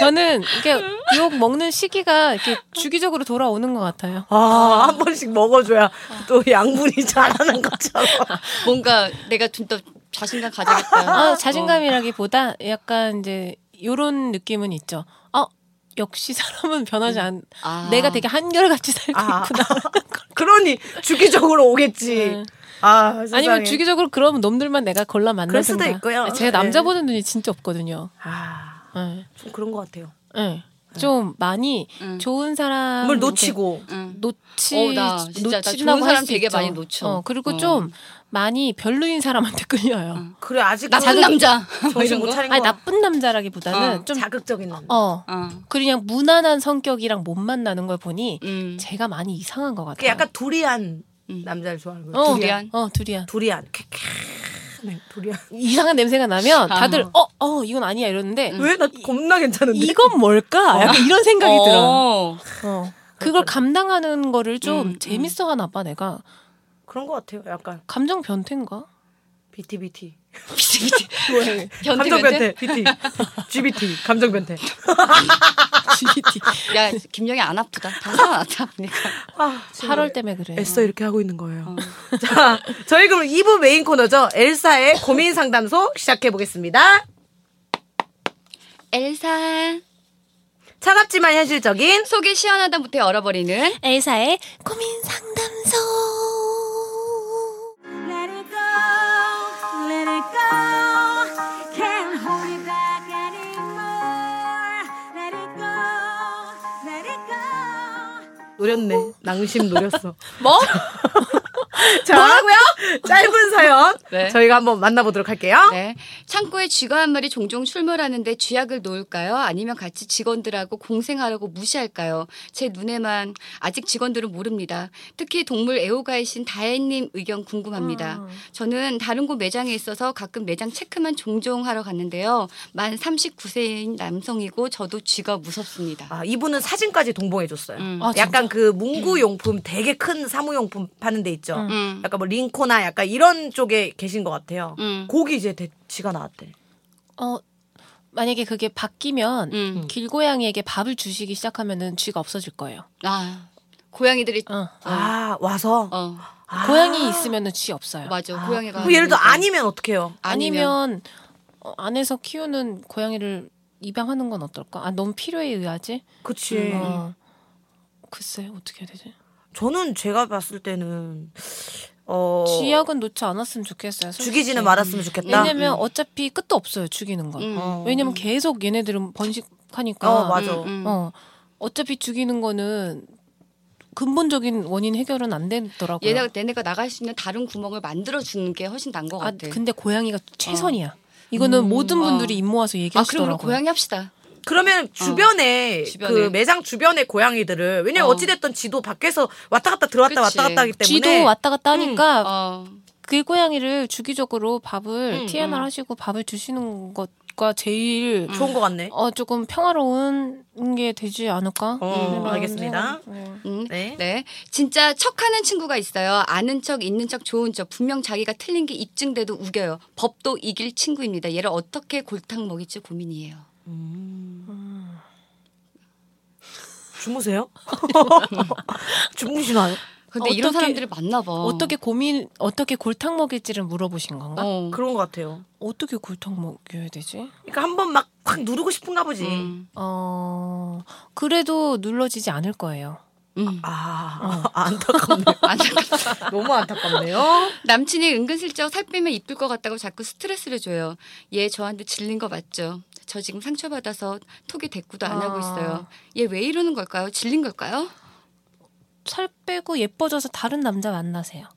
저는 이게 욕 먹는 시기가 이렇게 주기적으로 돌아오는 것 같아요.
아, 한 번씩 먹어줘야
아.
또 양분이 잘하는 것처럼.
뭔가 내가 좀 더 자신감 가져야겠다
뭐.
아, 자신감이라기보다 약간 이제 요런 느낌은 있죠. 어, 역시 사람은 변하지 않.
아.
내가 되게 한결같이 살고
아.
있구나.
그러니 주기적으로 오겠지.
네.
아, 세상에.
아니면 주기적으로 그런 놈들만 내가 골라 만나든가.
그럴 수도 있고요. 예.
제가 남자 보는 눈이 진짜 없거든요.
아,
예.
좀 그런 것 같아요.
예. 좀 많이
음.
좋은 사람
뭘 놓치고.
응.
놓치
어, 나 진짜 나
놓친다고
좋은
할
사람
수
되게
있죠.
많이 놓쳐.
어, 그리고
어.
좀 많이 별로인 사람한테 끌려요.
응.
그래 아직
나쁜 남자 뭐
정신
이런
못
거
차린
아니
거
나쁜 남자라기보다는
어,
좀
자극적인 남자.
어.
어.
그냥 무난한 성격이랑 못 만나는 걸 보니
음.
제가 많이 이상한 것
그
같아요.
약간 두리안
음.
남자를 좋아하는 거예요.
어,
두리안?
어, 두리안.
두리안. 캬캬. 네, 두리안.
이상한 냄새가 나면
아. 음.
다들 어, 어, 이건 아니야 이러는데
왜 나 겁나 괜찮은데?
이건 뭘까? 약간 이런 생각이 들어.
어.
어. 그걸 감당하는 거를 좀
음,
재밌어하나 봐 내가.
그런 것 같아요. 약간
감정 변태인가?
BTBT.
미치 미치
왜?
변태
감정
변태
변태. BT. GBT. 감정 변태.
GPT.
야 김영이 안 아프다 다 살아났다 보니까
아, 지금
8월 때문에 그래.
애써 이렇게 하고 있는 거예요. 자, 저희 그럼 2부 메인 코너죠. 엘사의 고민 상담소 시작해 보겠습니다.
엘사
차갑지만 현실적인
속이 시원하다 못해 얼어버리는
엘사의 고민 상담소.
노렸네. 낭심 노렸어.
뭐?
자, 뭐라고요? 짧은 사연
네.
저희가 한번 만나보도록 할게요.
네. 창고에 쥐가 한 마리 종종 출몰하는데 쥐약을 놓을까요? 아니면 같이 직원들하고 공생하라고 무시할까요? 제 눈에만 아직 직원들은 모릅니다. 특히 동물 애호가이신 다혜님 의견 궁금합니다.
아.
저는 다른 곳 매장에 있어서 가끔 매장 체크만 종종 하러 갔는데요. 만 39세인 남성이고 저도 쥐가 무섭습니다.
아, 이분은 사진까지 동봉해줬어요.
음.
아,
약간 그 문구 용품 되게 큰 사무용품 파는 데 있죠.
음.
약간 뭐 링코나 약간 이런 쪽에 계신 것 같아요.
음.
거기 이제 대치가 나왔대.
어 만약에 그게 바뀌면
음.
길고양이에게 밥을 주시기 시작하면은 쥐가 없어질 거예요.
아, 고양이들이
어.
아 와서
어,
아.
고양이 있으면은 쥐 없어요.
맞아.
아,
고양이가
그럼 예를 들어 아니면 어떡해요?
아니면
아니면 어, 안에서 키우는 고양이를 입양하는 건 어떨까? 아 너무 필요에 의하지.
그치.
음.
어. 글쎄 어떻게 해야 되지?
저는 제가 봤을 때는 어
쥐약은 놓지 않았으면 좋겠어요. 솔직히.
죽이지는 말았으면 좋겠다.
왜냐면 어차피 끝도 없어요 죽이는 건.
음.
어.
왜냐면 계속 얘네들은 번식하니까.
어 맞아.
음, 음.
어 어차피 죽이는 거는 근본적인 원인 해결은 안 되더라고요.
얘네가, 얘네가 나갈 수 있는 다른 구멍을 만들어 주는 게 훨씬 나은 것
아,
같아.
근데 고양이가 최선이야. 이거는 모든 분들이
네. 어.
입 모아서
아, 그럼 우리
얘기하시더라고요.
고양이 합시다.
그러면 주변에,
어. 주변에.
그 매장 주변의 고양이들을 왜냐면
어.
어. 찌됐든 지도 밖에서 왔다 갔다 들어왔다
그치.
왔다 갔다 하기 때문에
쥐도 왔다 갔다 하니까
어.
그 고양이를 주기적으로 밥을 TNR 하시고 밥을 주시는 것과 제일
좋은 것 같네.
어 조금 평화로운 게 되지 않을까?
어,
이런
알겠습니다.
생각. 어.
음,
네.
네. 진짜 척하는 친구가 있어요. 아는 척, 있는 척, 좋은 척. 분명 자기가 틀린 게 입증돼도 우겨요. 법도 이길 친구입니다. 얘를 어떻게 골탕 먹일지 고민이에요.
음. 주무세요? 주무시나요?
근데 이런
아, 어떻게-
사람들이 많나 봐.
어떻게 고민 어떻게 골탕 먹일지를 물어보신 건가? 어.
어.
그런 것 같아요.
떻게 골탕 먹여야 되지?
그러니까 한 번 막 확 누르고 싶은가 보지.
음.
어 그래도 눌러지지 않을 거예요.
음.
아, 안타깝네요.
안타깝다.
너무 안타깝네요.
어? 남친이 은근슬쩍 살 빼면 이쁠 것 같다고 자꾸 스트레스를 줘요. 얘 저한테 질린 거 맞죠? 저 지금 상처받아서 톡에 대꾸도 안 하고
아.
있어요. 얘 왜 이러는 걸까요? 질린 걸까요?
살 빼고 예뻐져서 다른 남자 만나세요.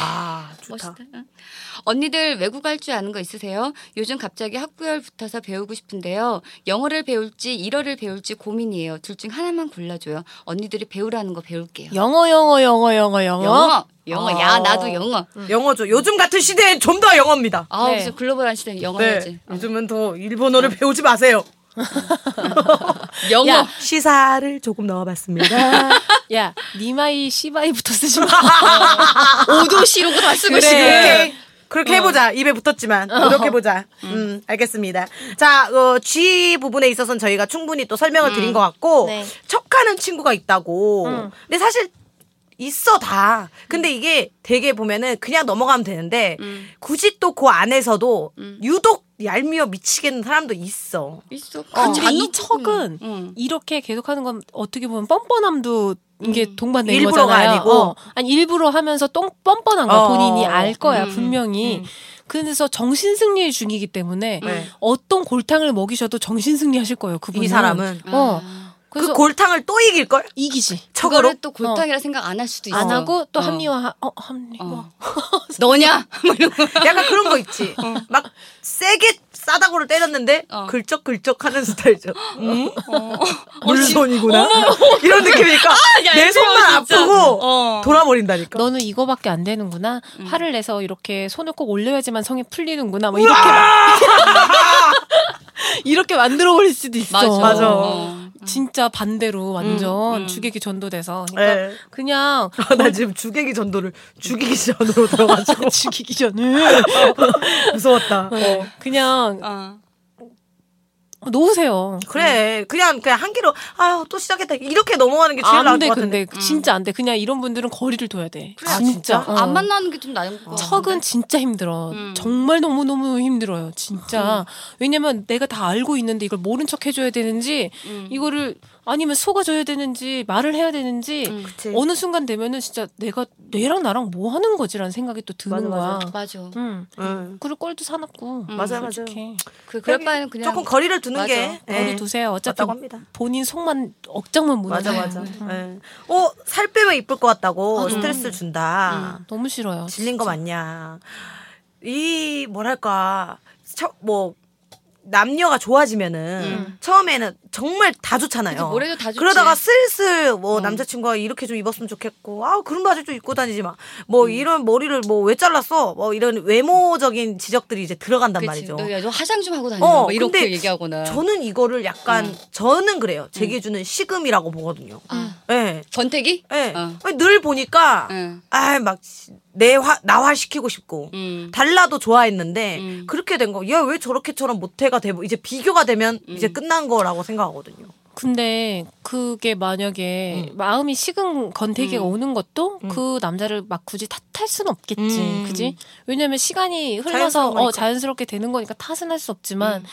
아 좋다.
멋있다. 응. 언니들 외국 갈 줄 아는 거 있으세요? 요즘 갑자기 학구열 붙어서 배우고 싶은데요. 영어를 배울지 일어를 배울지 고민이에요. 둘 중 하나만 골라줘요. 언니들이 배우라는 거 배울게요.
영어 영어 영어 영어 영어.
영어, 영어. 야
어.
나도 영어.
영어죠. 요즘 같은 시대엔 좀 더 영어입니다.
아
네.
무슨 글로벌한 시대 영어
네.
해야지.
요즘은 더 일본어를 배우지 마세요.
영어.
야.
시사를 조금 넣어봤습니다.
야 니마이 시바이부터 쓰지 마. 어,
오도시로 다 쓰고
그래. 어.
그렇게 뭐 그렇게 해보자. 입에 붙었지만 노력해보자. 음, 알겠습니다. 자, 어, G 부분에 있어서는 저희가 충분히 또 설명을 드린 것 같고
네.
척하는 친구가 있다고.
음.
근데 사실 있어 다. 근데 이게 되게 보면은 그냥 넘어가면 되는데
음.
굳이 또 그 안에서도 유독 얄미워 미치겠는 사람도 있어.
있어.
근데
안
이
놓고-
척은
응.
이렇게 계속하는 건 어떻게 보면 뻔뻔함도 이게 동반된
음, 일부러가
거잖아요.
아니고.
어. 아니 일부러 하면서 똥 뻔뻔한 거야.
어.
본인이 알 거야
음,
분명히. 그래서 정신 승리 중이기 때문에
네.
어떤 골탕을 먹이셔도 정신 승리하실 거예요. 그분은.
이 사람은
어.
아.
그래서
그 골탕을 또 이길 걸?
이기지.
척으로. 어.
그거를 또 골탕이라 생각 안 할 수도 있어.
안 하고 또
어.
합리화 어 합리화.
어. 너냐? 뭐 이런 거.
약간 그런 거 있지. 막 세게 싸다고를 때렸는데
어.
글쩍글쩍 하는 스타일이죠. 음?
어, 아,
물손이구나. 이런 느낌이니까
야,
내 손만
얄미워, 진짜.
아프고
어.
돌아버린다니까. 음.
너는 이거밖에 안 되는구나. 화를 내서 이렇게 손을 꼭 올려야지만 성이 풀리는구나. 뭐 이렇게 막 이렇게 만들어 버릴 수도 있어. 음.
맞아.
맞아.
어.
진짜 반대로 완전
음.
주객이 전도돼서 그러니까
예.
그냥
아, 나 지금 주객이 전도를 주객이 전으로 들어가지고
주객이 전을
무서웠다. 어.
그냥
어.
놓으세요.
그래 그냥 그냥 한 기로 아유 또 시작했다 이렇게 넘어가는 게
아,
제일 나을
안돼
것 같은데. 음.
근데 진짜 안돼 그냥 이런 분들은 거리를 둬야 돼.
그래, 아,
진짜.
진짜?
어.
안 만나는 게 좀 나은 거.
척은 진짜 힘들어.
어. 음.
정말 너무너무 힘들어요. 진짜. 왜냐면 내가 다 알고 있는데 이걸 모른 척 해줘야 되는지, 이거를 아니면 속아줘야 되는지, 말을 해야 되는지,
음.
그치.
어느 순간 되면은 진짜 내가 얘랑 나랑 뭐 하는 거지라는 생각이 또 드는
맞아, 맞아.
거야.
맞아.
음.
응.
그럴 꼴도 사납고.
맞아요 맞아요.
솔직히.
그 그럴 바에는 그냥
조금 거리를 두는
맞아.
게
거리
예.
두세요. 어차피
맞다고 합니다.
본인 속만 억장만 무는
맞아
거예요.
맞아.
음.
예. 어살 빼면 이쁠 것
아,
같다고 스트레스 준다.
음.
너무 싫어요.
질린 거 맞냐. 이 뭐랄까 처- 뭐 남녀가 좋아지면은 처음에는 정말 다 좋잖아요.
그치, 뭐래도 다 좋지. 음.
그러다가 슬슬 뭐 남자친구가 이렇게 좀 입었으면 좋겠고 아 그런 바지 좀 입고 다니지 마. 뭐
음.
이런 머리를 뭐 왜 잘랐어? 뭐 이런 외모적인 지적들이 이제 들어간단
그치.
말이죠.
너 야, 너 화장 좀 하고 다니는
어,
거 이렇게
근데
얘기하거나.
저는 이거를 약간
음.
저는 그래요. 제게 주는 시금이라고 보거든요.
아,
예.
권태기?
예.
어.
늘 보니까
응.
아 막 내 화 나화 시키고 싶고
음.
달라도 좋아했는데
음.
그렇게 된 거. 얘 왜 저렇게처럼 못해가 되고 이제 비교가 되면
음.
이제 끝난 거라고 생각하거든요.
근데 그게 만약에 마음이 식은 건태기가
음.
오는 것도 그 남자를 막 굳이 탓할 수는 없겠지,
음.
그지? 왜냐면 시간이 흘러서
자연스러운
어,
거니까. 음.
자연스럽게 되는 거니까 탓은 할 수 없지만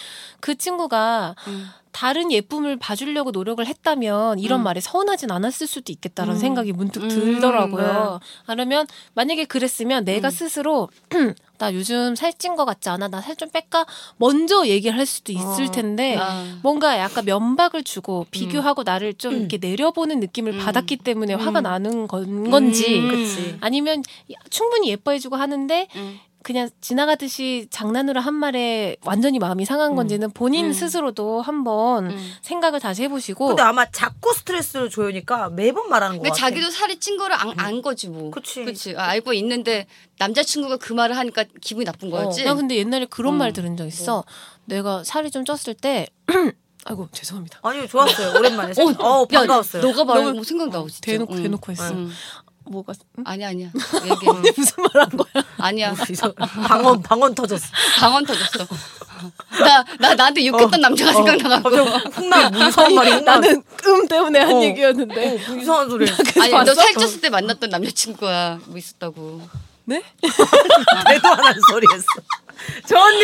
그 친구가
음.
다른 예쁨을 봐주려고 노력을 했다면 이런
음.
말에 서운하진 않았을 수도 있겠다라는 생각이 문득 들더라고요.
음.
그러면 만약에 그랬으면 내가 스스로 나 요즘 살찐 것 같지 않아? 나 살 좀 뺄까? 먼저 얘기를 할 수도
어.
있을
예.
텐데
아.
뭔가 약간 면박을 주고 비교하고 나를 좀 이렇게 내려보는 느낌을 받았기 때문에 화가 나는 건 건지
음.
그치.
아니면 충분히 예뻐해주고 하는데
음.
그냥 지나가듯이 장난으로 한 말에 완전히 마음이 상한 건지는 본인
음.
스스로도 한번
음.
생각을 다시 해보시고
근데 아마 자꾸 스트레스를 줘요니까 매번 뭐 말하는 거
어. 근데
같아.
자기도 살이 찐 거를 안, 안 거지 뭐.
음. 그치.
그치. 아, 알고 있는데 남자친구가 그 말을 하니까 기분이 나쁜
어,
거였지.
나 근데 옛날에 그런
음.
말 들은 적 있어. 내가 살이 좀 쪘을 때 아이고 죄송합니다.
아니요 좋았어요 오랜만에. 어,
야,
반가웠어요.
너가 말하면 생각나고 어, 진짜. 음.
대놓고
응.
대놓고 했어.
응.
뭐가
아니야 아니야. 얘기해.
무슨 말 한 거야?
아니야.
방언 방언 터졌어.
방언 터졌어. 나, 나 나한테
어.
욕했던 남자가 생각나가고.
어, 갑자기 훅나 무서운 말이 훅나.
나는 음 때문에 한
어.
얘기였는데.
어, 그 이상한 소리.
아니
봤어?
너 살쪘을 때 만났던 남자친구가 뭐 있었다고.
네?
대도 안 하는 소리 했어. 저 언니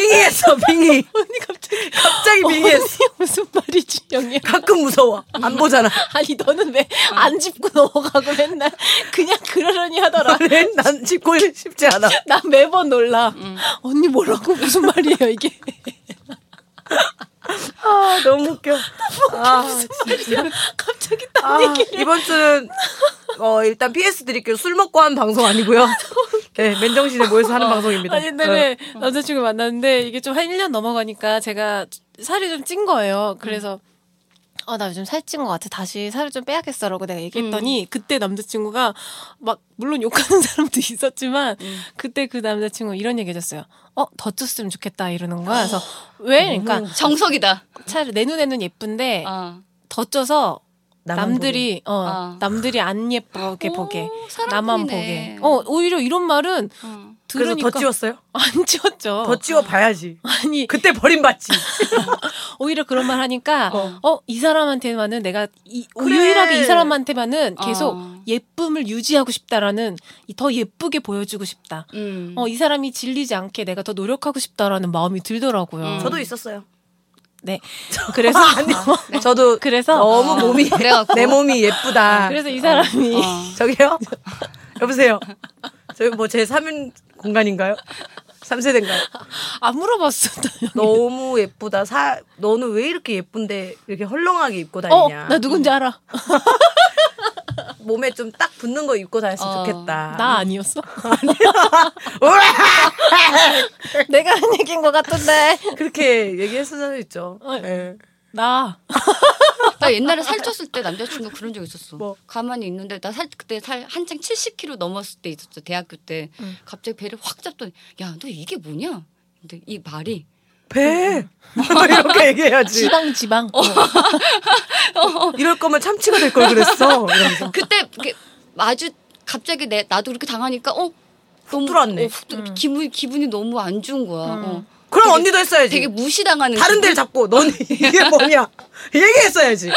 빙의했어 빙의.
언니 갑자기
갑자기 빙의했어.
언니 무슨 말이지 영희야?
가끔 무서워 안 보잖아.
아니 너는 왜 안 짚고 넘어가고 맨날 그냥 그러려니 하더라.
그래? 난 짚고 싶지 않아.
난 매번 놀라. 언니 뭐라고 무슨 말이에요 이게?
아 너무 웃겨. 아 진짜.
갑자기
아, 이번 주는 어 일단 PS 드릴게요. 술 먹고 한 방송 아니고요. 네 맨정신에 모여서 하는 방송입니다.
아니,
네.
옛날에 남자친구 만났는데 이게 좀 한 1년 넘어가니까 제가 살이 좀 찐 거예요.
음.
그래서 어, 나 요즘 살 찐 것 같아. 다시 살을 좀 빼야겠어. 라고 내가
음.
얘기했더니 그때 남자친구가 막, 물론 욕하는 사람도 있었지만
음.
그때 그 남자친구 이런 얘기 해줬어요. 어, 더 쪘으면 좋겠다. 이러는 거야. 그래서
아.
왜?
음.
그러니까
정석이다.
차라리 내 눈에는 예쁜데
어.
더 쪄서
아. 나만
남들이 어
아.
남들이 안 예쁘게
오,
보게
사람
나만 보게
뿐이네.
어 오히려 이런 말은
어.
그래서
들으니까 어,
더 찌웠어요?
안 찌웠죠
더 찌워 봐야지.
아니
그때 버림받지.
오히려 그런 말 하니까
어.
어 이 사람한테만은 내가 이
그래.
유일하게 이 사람한테만은 계속
어.
예쁨을 유지하고 싶다라는 이 더 예쁘게 보여주고 싶다
음.
어 이 사람이 질리지 않게 내가 더 노력하고 싶다라는 마음이 들더라고요
음.
저도 있었어요.
네 그래서 네.
아니, 저도
그래서 아,
너무 몸이
그래갖고.
내 몸이 예쁘다.
그래서 이 사람이
어.
저기요? 여보세요? 저기 뭐제 3인 공간인가요? 3세대인가요?
아, 네. 안 물어봤어
너무 예쁘다. 사, 너는 왜 이렇게 예쁜데 이렇게 헐렁하게 입고 다니냐.
어나 누군지 알아
몸에 좀 딱 붙는 거 입고 다녔으면
어,
좋겠다.
나 아니었어? 내가 한 얘기인 것
네.
같은데.
그렇게 얘기했을 수도 있죠.
어.
예.
나.
나 옛날에 살쪘을 때 남자친구 그런 적 있었어.
뭐?
가만히 있는데 나 살 그때 살 한창 70kg 넘었을 때 있었어. 대학교 때 갑자기 배를 확 잡더니 야 너 이게 뭐냐? 근데 이 말이
배! 뭐 이렇게 얘기해야지.
지방, 지방.
어.
이럴 거면 참치가 될 걸 그랬어. 이러면서.
그때 이렇게 마주 갑자기 내 나도 그렇게 당하니까 어 너무
들어왔네.
어, 훅 들-
음.
기분 기분이 너무 안 좋은 거야. 어.
그럼 언니도 했어야지.
되게 어. 무시당하는
다른
기분?
데를 잡고 너는 이게 뭐냐. 얘기했어야지.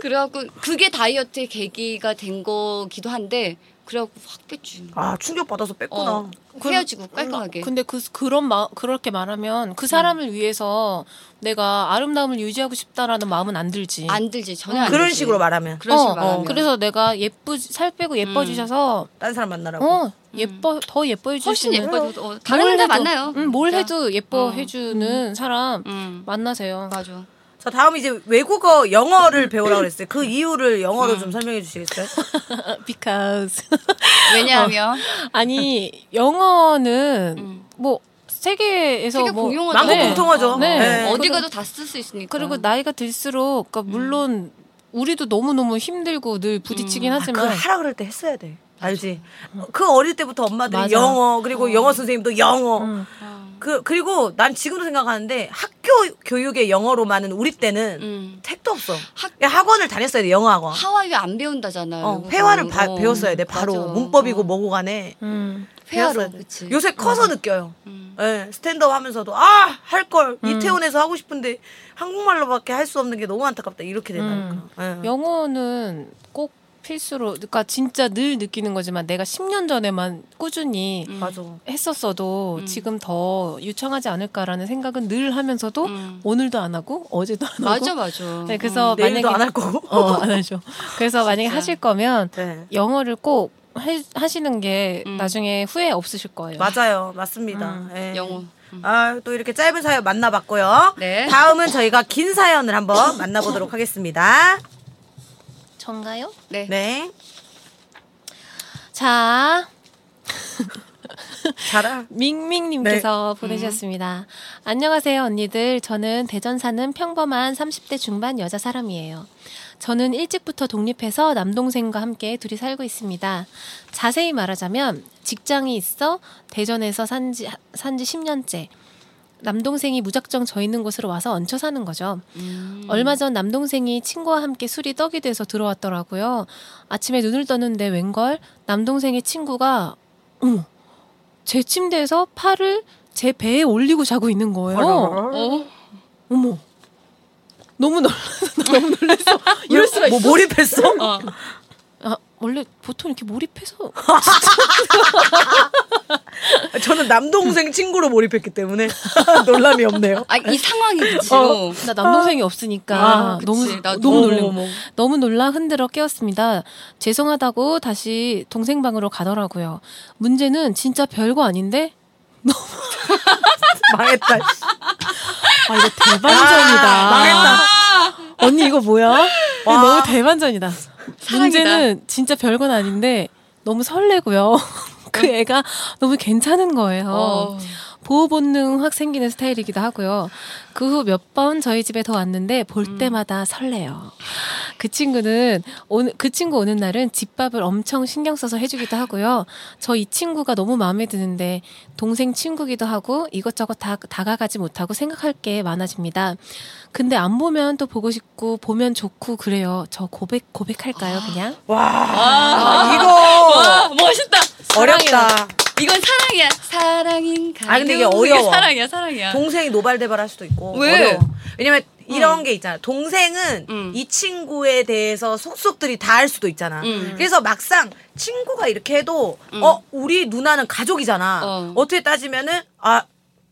그래갖고 그게 다이어트의 계기가 된 거기도 한데 그래갖고 확 뺐지.
아, 충격받아서 뺐구나.
어, 헤어지고 깔끔하게.
근데 그 그런 마 그렇게 말하면 그 사람을 위해서 내가 아름다움을 유지하고 싶다라는 마음은 안 들지.
안 들지
음.
전혀 안
그런
들지.
식으로 말하면.
그런 식으로 말하면.
그래서 내가 예쁘 살 빼고 예뻐지셔서
딴 사람 만나라고.
어 예뻐 더 예뻐해 주시는
훨씬 예뻐지고 어, 다른 남자 만나요.
응, 음, 뭘
진짜.
해도 예뻐해 주는 사람
음
만나세요.
맞아.
자, 다음 이제 외국어 영어를 배우라고 그랬어요. 그
네.
이유를
음.
영어로 좀 설명해 주시겠어요?
아, Because
왜냐하면
어. 아니 영어는 뭐 세계에서
세계
뭐
공용어죠.
만국
네.
공통어죠.
네.
네.
어디 가도 다 쓸 수 있으니까.
아.
그리고 나이가 들수록
음.
그러니까 물론 우리도 너무너무 힘들고 늘 부딪히긴
음. 아, 그걸
아, 하지만
하라 그럴 때 했어야 돼. 알지? 그 어릴 때부터 엄마들이
맞아.
영어 그리고 영어 선생님도 영어.
음.
그 그리고 난 지금도 생각하는데 학교 교육의 영어로만은 우리 때는
음.
택도 없어.
학-
야, 학원을 다녔어야 돼 영어 학원.
하와이 안 배운다잖아.
어,
외국어.
회화를 바-
어,
배웠어야 돼 바로
맞아.
문법이고
어.
뭐고 간에
음.
배웠어야
회화로.
돼.
그치.
요새 커서 느껴요.
음.
예, 스탠드업 하면서도 아 할 걸 이태원에서 하고 싶은데 한국말로밖에 할 수 없는 게 너무 안타깝다 이렇게 된다니까. 예.
영어는 꼭 필수로 그러니까 진짜 늘 느끼는 거지만 내가 10년 전에만 꾸준히
맞아.
했었어도
음.
지금 더 유창하지 않을까라는 생각은 늘
어?
하면서도
음.
오늘도 안 하고 어제도 안
맞아
하고
맞아.
네, 그래서
음. 내일도 안
만약에
할 거고.
어, 안 하죠. 그래서 만약에 하실 거면
네.
영어를 꼭 해- 하시는 게
음.
나중에 후회 없으실 거예요.
맞아요, 맞습니다. 예.
영어.
아, 또 이렇게 짧은 사연 만나봤고요.
네.
다음은 저희가 긴 사연을 한번 만나보도록 하겠습니다.
전가요?
네.
네.
자,
잘하.
밍밍님께서 보내주셨습니다. 안녕하세요, 언니들. 저는 대전 사는 평범한 30대 중반 여자 사람이에요. 저는 일찍부터 독립해서 남동생과 함께 둘이 살고 있습니다. 자세히 말하자면, 직장이 있어 대전에서 산지, 산지 10년째. 남동생이 무작정 저 있는 곳으로 와서 얹혀 사는 거죠.
음.
얼마 전 남동생이 친구와 함께 술이 떡이 돼서 들어왔더라고요. 아침에 눈을 떴는데 웬걸 남동생의 친구가 어머, 제 침대에서 팔을 제 배에 올리고 자고 있는 거예요.
어?
어머. 너무 놀라서 너무 놀랐어. 이럴 수가 있어.
뭐 몰입했어?
어.
아, 원래 보통 이렇게 몰입해서
저는 남동생 친구로 몰입했기 때문에 놀람이 없네요.
아, 이 상황이 그치.
어.
어.
나 남동생이 없으니까
아, 그치.
너무
나도. 뭐,
너무 놀래.
어머, 어머.
너무 놀라 흔들어 깨웠습니다. 죄송하다고 다시 동생 방으로 가더라고요. 문제는 진짜 별거 아닌데
망했다.
아 이거 대반전이다.
아, 망했다.
언니 이거 뭐야? 이거
와.
너무 대반전이다.
사랑이다.
문제는 진짜 별건 아닌데 너무 설레고요. 그 애가 너무 괜찮은 거예요.
어.
보호 본능 확 생기는 스타일이기도 하고요. 그 후 몇 번 저희 집에 더 왔는데 볼
음.
때마다 설레요. 그 친구는 오늘 그 친구 오는 날은 집밥을 엄청 신경 써서 해주기도 하고요. 저 이 친구가 너무 마음에 드는데 동생 친구기도 하고 이것저것 다 다가가지 못하고 생각할 게 많아집니다. 근데 안 보면 또 보고 싶고 보면 좋고 그래요. 저 고백 고백할까요 그냥?
와, 이거
아, 멋있다.
어렵다.
이건 사랑이야. 사랑인가?
아, 근데 이게
이게
어려워.
사랑이야, 사랑이야.
동생이 노발대발할 수도 있고
왜?
어려워. 왜냐면 이런 게 있잖아. 동생은
음.
이 친구에 대해서 속속들이 다 알 수도 있잖아.
음.
그래서 막상 친구가 이렇게 해도 어 우리 누나는 가족이잖아.
어.
어. 떻게 따지면은 아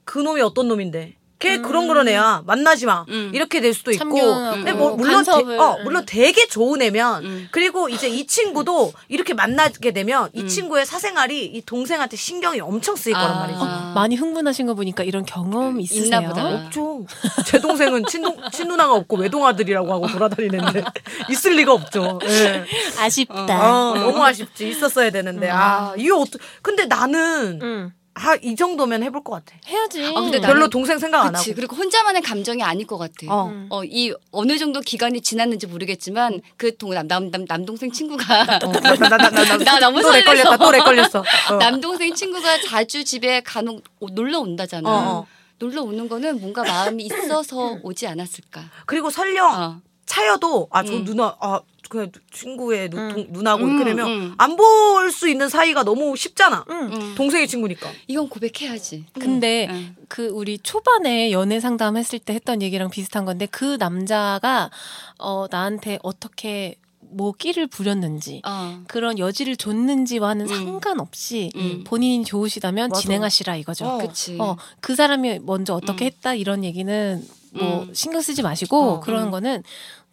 그놈이 어떤 놈인데. 걔 그런 그런 애야 만나지 마
음.
이렇게 될 수도 있고
음. 참견하고
근데 뭐 물론 대,
간섭을.
어 물론 되게 좋은 애면
음.
그리고 이제 이 친구도 이렇게 만나게 되면 이 친구의 사생활이 이 동생한테 신경이 엄청 쓰일 거란
아.
말이지
어,
많이 흥분하신 거 보니까 이런 경험 있으세요?
있나 보다.
없죠. 제 동생은 친동, 친누나가 없고 외동아들이라고 하고 돌아다니는데 있을 리가 없죠. 예.
아쉽다.
어.
아, 너무 아쉽지. 있었어야 되는데. 아, 이거 어떡 근데 나는
응.
아, 이 정도면 해볼 것 같아.
해야지.
음. 아, 근데 나-
별로
나는-
동생 생각 안
그치.
하고.
그리고 혼자만의 감정이 아닐 것 같아.
어.
어, 이 어느 정도 기간이 지났는지 모르겠지만 그 동, 남, 남, 남, 남동생 친구가
어, 나, 나, 나, 나,
나 너무
또래
설레서.
걸렸다. 또래 걸렸어. 어.
남동생 친구가 자주 집에 간혹 오- 놀러 온다잖아.
어, 어.
놀러 오는 거는 뭔가 마음이 있어서 오지 않았을까.
그리고 설령
아,
어.
차여도 아 저
음. 누나,
누나 아 그냥 친구의 누,
음.
나고
음,
그러면
음.
안 볼 수 있는 사이가 너무 쉽잖아.
응.
음. 네.
동생의 친구니까.
이건 고백해야지.
근데
응.
그 우리 초반에 연애 상담했을 때 했던 얘기랑 비슷한 건데 그 남자가 어 나한테 어떻게 뭐 끼를 부렸는지
어.
그런 여지를 줬는지와는
음.
상관없이
음.
본인이 좋으시다면
맞아.
진행하시라 이거죠.
어.
그치.
어, 그 사람이 먼저 어떻게 했다 이런 얘기는 뭐
음.
신경 쓰지 마시고
어,
그런
음.
거는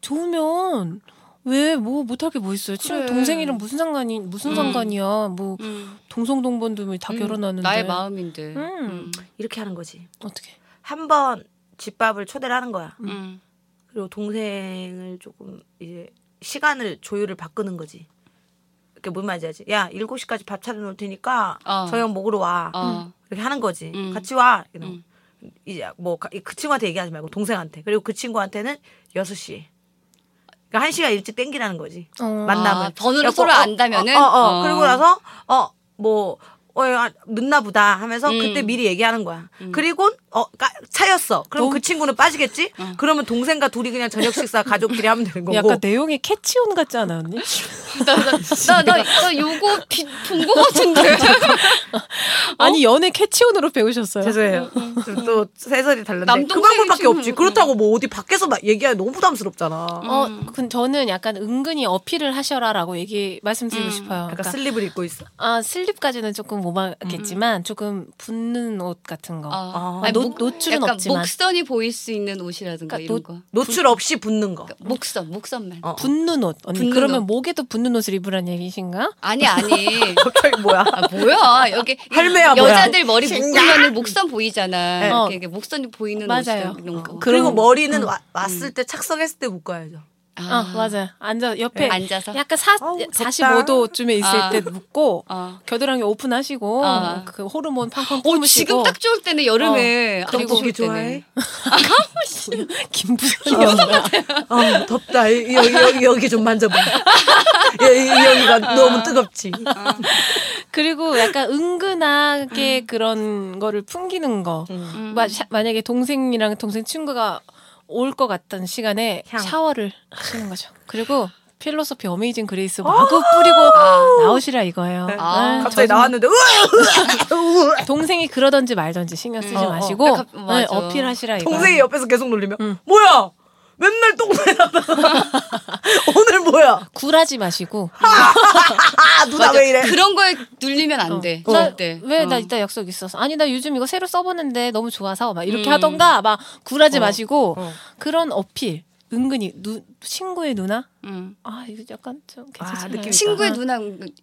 좋으면 왜 뭐 못할 게 뭐 있어요? 친구
그래.
동생이랑 무슨 상관이 무슨
음.
상관이야? 뭐
음.
동성 동본도 뭐다
음.
아, 결혼하는데
나의 마음인데.
음.
이렇게 하는 거지.
어떻게?
한 번 집밥을 초대를 하는 거야.
음. 음.
그리고 동생을 조금 이제 시간을 조율을 바꾸는 거지. 그게 뭔 말인지 알지? 야, 7시까지 밥 차려놓을 테니까
어.
저녁 먹으러 와.
어.
이렇게 하는 거지.
음.
같이 와. 이런.
음.
이제 뭐 그 친구한테 얘기하지 말고 동생한테. 그리고 그 친구한테는 6시. 그러니까 1시간 일찍 땡기라는 거지.
어.
만남을.
아, 번호를
그래갖고
서로
어,
안다면은?
어, 어, 어.
어.
그리고 나서 어, 뭐 어, 야, 늦나 보다 하면서
음.
그때 미리 얘기하는 거야. 그리고 어, 까- 차였어. 그럼 그 친구는 빠지겠지?
어.
그러면 동생과 둘이 그냥 저녁 식사 가족끼리 하면 되는 거고.
약간 내용이 캐치온 같지 않아
어?
언니?
나, 나, 나, 나, 나 요거 본거 같은데.
아니 연애 캐치온으로 배우셨어요?
죄송해요. 좀또 세설이 달랐는데 그
남동생이
방법밖에
지금-
없지. 그렇다고
음.
뭐 어디 밖에서 막 얘기하기 너무 부담스럽잖아.
어, 근 저는 약간 은근히 어필을 하셔라라고 얘기 말씀드리고
음.
싶어요.
약간
그러니까
슬립을 입고 있어.
아 슬립까지는 조금
음.
못하겠지만 조금 붙는 옷 같은 거.
어.
아.
노- 노출은
약간
없지만.
목선이 보일 수 있는
그러니까
옷이라든가 이런
노-
거.
노출 없이 붙는 거.
그러니까 목선, 목선만.
어.
붙는 옷. 언니
붙는
그러면
옷.
목에도 붙는 옷을 입으란 얘기신가?
아니 아니.
갑자기 뭐야?
아 뭐야 여기
할매야, 뭐야. 네.
여자들 머리 묶으면 목선 보이잖아.
어.
이렇게, 이렇게 목선이 보이는
맞아요.
옷이랑 이런 거.
어.
음.
그리고
그럼-
머리는 와- 왔을 때 착석했을 때 묶어야죠.
아, 맞아. 앉아 옆에
앉아서?
약간 사,
어우, 덥다.
45도쯤에 있을
아.
때 묻고
어,
아.
겨드랑이 오픈하시고
아.
그 호르몬 팡팡
오 지금
뿜으시고
딱 좋을 때네 여름에. 아,
그런
좋을
고기
때네.
좋아해?
김부선
아, 덥다. 이- 여기, 여기, 여기 좀 만져봐. 여- 이- 여기가 너무 뜨겁지.
그리고 약간 은근하게
음.
그런 거를 풍기는 거. 음. 마- 샤- 만약에 동생이랑 동생 친구가 올 것 같던 시간에
향.
샤워를 하시는 거죠. 그리고 필로소피 어메이징
아.
그레이스 마구 뿌리고 나오시라 이거예요.
네.
아,
갑자기 나왔는데, 으아! 으아!
동생이 그러던지 말던지 신경 쓰지
어, 어.
마시고
약간 맞아.
네, 어필하시라 이거.
동생이 옆에서 계속 놀리면, 뭐야! 맨날 똥내 나다가 오늘 뭐야?
굴하지 마시고
아, 누나
맞아.
왜 이래?
그런 거에 눌리면
어,
안 돼. 절대.
왜 나
어.
이따 약속 있어서 아니 나 요즘
음. 어,
이거 새로 써보는데 너무 좋아서 막 이렇게 하던가 막 굴하지 마시고 그런 어필 은근히 누, 친구의 누나?
음.
아 이거 약간 좀
아,
괜찮지 않아요?
느낌이
친구의 누나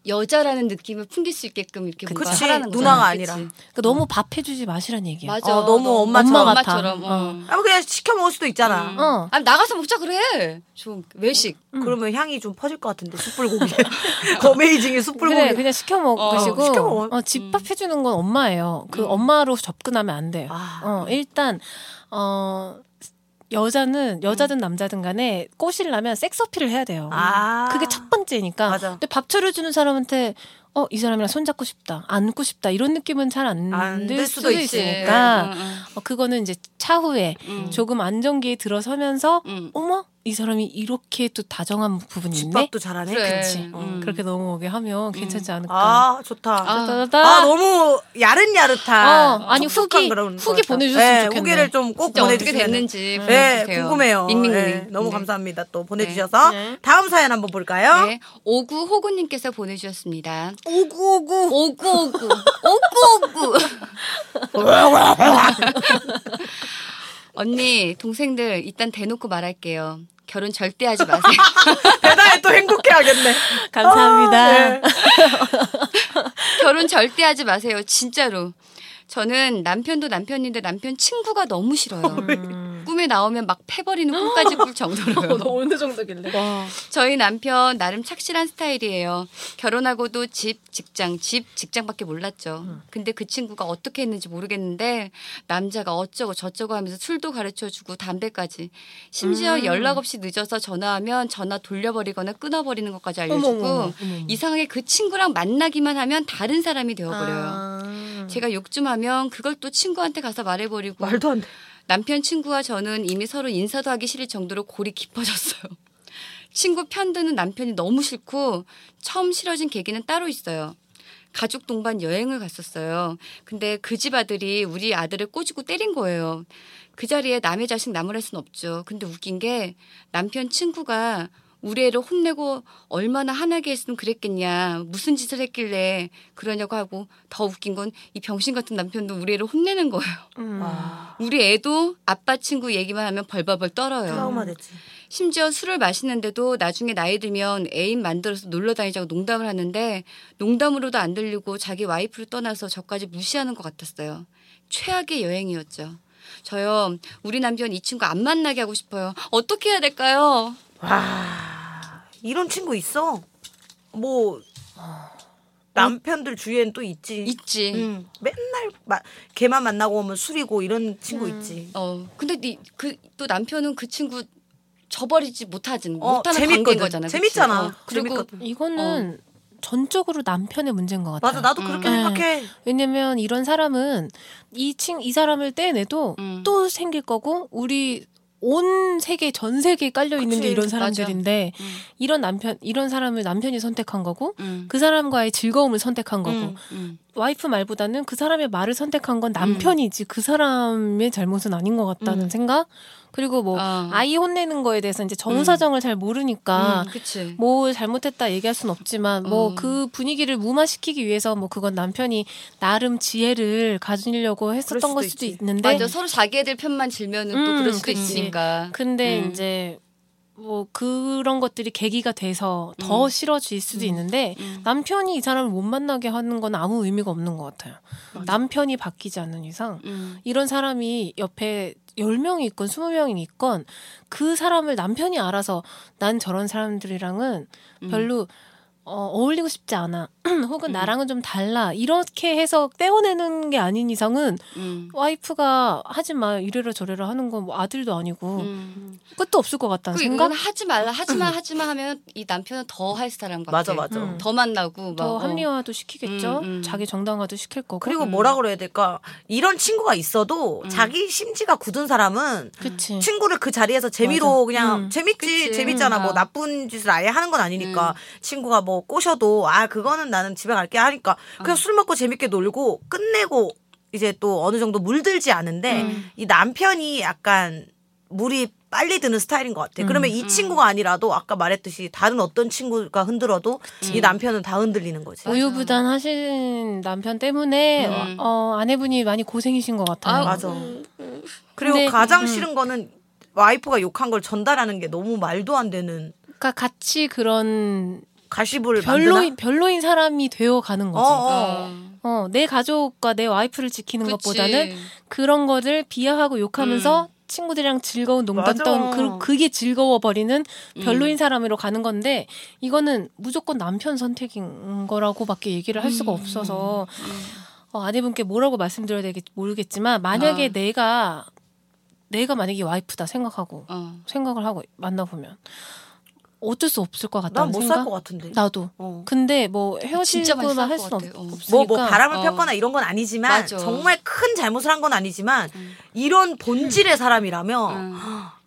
여자라는 느낌을 풍길 수 있게끔 이렇게 뭔가
그치,
하라는 거잖아.
누나가 아니라.
그치.
그러니까 너무 밥 해주지 마시란 얘기야.
맞아.
어, 너무 엄마
엄마 같아.
엄마처럼. 어.
아 그냥 시켜 먹을 수도 있잖아.
음.
어.
아 나가서 먹자 그래. 좀 외식.
그러면 향이 좀 퍼질 것 같은데 숯불고기. 거메이징의 숯불고기.
그래 그냥 시켜 먹으시고
어, 시켜 먹어요. 음.
어, 집밥 해주는 건 엄마예요. 그 엄마로 접근하면 안 돼요.
아.
어, 일단 어 여자는 여자든 남자든 간에 꼬시려면 섹스 어필을 해야 돼요.
음. 아.
그게 첫 번째니까.
맞아.
근데 밥 차려주는 사람한테 어 이 사람이랑 손잡고 싶다, 안고 싶다 이런 느낌은 잘 안
안
들
들
수도,
수도 있지. 네.
있으니까
응, 응,
어, 그거는 이제 차후에
음.
응.
조금 안정기에 들어서면서
응.
어머 이 사람이 이렇게 또 다정한 부분이 있네.
집밥도 잘하네.
그래.
그치. 어.
음.
그렇게 넘어오게 하면 괜찮지 않을까.
아 좋다. 아,
아.
따다다.
너무 야릇야릇한.
어, 아니,
촉촉한
후기,
그런
후기
거였다.
보내주셨으면
네,
좋겠네.
후기를 좀 꼭
진짜 어떻게
보내주시면.
됐는지
네,
보내주세요.
궁금해요.
밍밍밍.
네, 너무
네.
감사합니다. 또 보내주셔서
네.
다음 사연 한번 볼까요?
네, 오구 호구님께서 보내주셨습니다.
오구오구.
오구 오구 오구 오구. 언니 동생들 일단 대놓고 말할게요. 결혼 절대 하지 마세요.
대단히 또 행복해하겠네.
감사합니다.
아, 네.
결혼 절대 하지 마세요. 진짜로. 저는 남편도 남편인데 남편 친구가 너무 싫어요. 꿈에 나오면 막 패버리는 꿈까지 꿀 정도로요.
어느 정도길래?
저희 남편 나름 착실한 스타일이에요. 결혼하고도 집, 직장, 집, 직장밖에 몰랐죠. 근데 그 친구가 어떻게 했는지 모르겠는데 남자가 어쩌고 저쩌고 하면서 술도 가르쳐주고 담배까지 심지어 연락 없이 늦어서 전화하면 전화 돌려버리거나 끊어버리는 것까지 알려주고 이상하게 그 친구랑 만나기만 하면 다른 사람이 되어버려요. 제가 욕 좀 하면 그걸 또 친구한테 가서 말해버리고
말도 안 돼.
남편 친구와 저는 이미 서로 인사도 하기 싫을 정도로 골이 깊어졌어요. 친구 편드는 남편이 너무 싫고 처음 싫어진 계기는 따로 있어요. 가족 동반 여행을 갔었어요. 근데 그 집 아들이 우리 아들을 꼬집고 때린 거예요. 그 자리에 남의 자식 나무랄 순 없죠. 근데 웃긴 게 남편 친구가 우리 애를 혼내고 얼마나 화나게 했으면 그랬겠냐. 무슨 짓을 했길래 그러냐고 하고 더 웃긴 건 이 병신 같은 남편도 우리 애를 혼내는 거예요.
음.
와,
우리 애도 아빠 친구 얘기만 하면 벌벌벌 떨어요.
트라우마 됐지.
심지어 술을 마시는데도 나중에 나이 들면 애인 만들어서 놀러 다니자고 농담을 하는데 농담으로도 안 들리고 자기 와이프를 떠나서 저까지 무시하는 것 같았어요. 최악의 여행이었죠. 저요, 우리 남편 이 친구 안 만나게 하고 싶어요. 어떻게 해야 될까요?
와, 이런 친구 있어. 뭐 남편들 주위엔 또 있지.
있지.
응. 맨날 마, 걔만 만나고 오면 술이고 이런 친구 있지.
어, 근데 네, 그, 또 남편은 그 친구 저버리지 못하지.
어,
못하는 관계인
재밌거든.
거잖아. 그치?
재밌잖아.
어, 그리고
재밌거든. 어.
이거는 전적으로 남편의 문제인 것 같아요.
맞아, 나도 그렇게
음.
생각해.
왜냐면 이런 사람은 이 친 이 사람을 떼내도
음.
또 생길 거고 우리 온 세계 전 세계에 깔려 있는 게
그치,
이런 사람들인데 이런 남편 이런 사람을 남편이 선택한 거고
음,
그 사람과의 즐거움을 선택한 거고
음.
음.
와이프 말보다는 그 사람의 말을 선택한 건 남편이지 그 사람의 잘못은 아닌 것
음.
같다는 생각 그리고 뭐
어.
아이 혼내는 거에 대해서 이제
음.
전후 사정을 잘 모르니까
음, 그치.
뭘뭐 잘못했다 얘기할 순 없지만 뭐
음.
그 분위기를 무마시키기 위해서 뭐 그건 남편이 나름 지혜를 가지려고
그럴
했었던
수도
걸 수도
있지.
있는데
맞아 서로 자기 애들 편만 질면은 또
음,
그럴 수도
그치.
있으니까.
근데
음.
이제 뭐 그런 것들이 계기가 돼서 더 싫어질 수도 있는데
음.
남편이 이 사람을 못 만나게 하는 건 아무 의미가 없는 것 같아요. 남편이 바뀌지 않는 이상
음.
이런 사람이 옆에 10명이 있건 20명이 있건 그 사람을 남편이 알아서 난 저런 사람들이랑은
음.
별로 어, 어울리고 싶지 않아. 혹은 나랑은 좀 달라. 이렇게 해서 떼어내는 게 아닌 이상은
음.
와이프가 하지 마. 이래라 저래라 하는 건뭐 아들도 아니고
음.
끝도 없을 것 같다는 어,
그
생각?
이건 하지 말라 하지마 하지마 하면 이 남편은 더 할 사람 같아.
맞아, 맞아.
음.
더 만나고 막,
더
어.
합리화도 시키겠죠.
음, 음.
자기 정당화도 시킬 거고.
그리고 뭐라 그래야 될까? 이런 친구가
음.
있어도 자기 심지가 굳은 사람은
음. 그치.
친구를 그 자리에서 재미로 그냥
음.
재밌지
그치.
재밌잖아
음.
뭐 나쁜 짓을 아예 하는 건 아니니까 친구가 뭐 꼬셔도 아 그거는 나는 집에 갈게 하니까
어.
그냥 술 먹고 재밌게 놀고 끝내고 이제 또 어느 정도 물들지 않은데 이 남편이 약간 물이 빨리 드는 스타일인 것 같아. 그러면 이 친구가 아니라도 아까 말했듯이 다른 어떤 친구가 흔들어도 이 남편은 다 흔들리는 거지.
어, 우유부단 하신 남편 때문에
음.
어, 아내분이 많이 고생이신 것 같아요.
아우.
맞아. 그리고
근데-
가장 싫은 거는 와이프가 욕한 걸 전달하는 게 너무 말도 안 되는
그러니까 같이 그런
가십을
별로인
만드나?
별로인 사람이 되어 가는 거지.
어,
어,
어.
내 가족과 내 와이프를 지키는 것보다는 그런 거를 비하하고
음.
욕하면서 친구들이랑 즐거운 농담
맞아.
떠는 그, 그게 즐거워 버리는
음.
별로인 사람으로 가는 건데 이거는 무조건 남편 선택인 거라고밖에 얘기를 할
음.
수가 없어서 어, 아내분께 뭐라고 말씀드려야 되겠 모르겠지만 만약에
아.
내가 내가 만약에 와이프다 생각하고
어.
생각을 하고 만나보면 어쩔 수 없을 것
난
같다는
못 살
생각.
것 같은데.
아, 나도.
어.
근데 뭐
진짜 많이
헤어지거나
싸울
할
것
수는 없,
같아요. 어.
없으니까.
뭐, 뭐 바람을
어.
폈거나 이런 건 아니지만
맞아.
정말 큰 잘못을 한 건 아니지만
음.
이런 본질의
어.
사람이라면
음,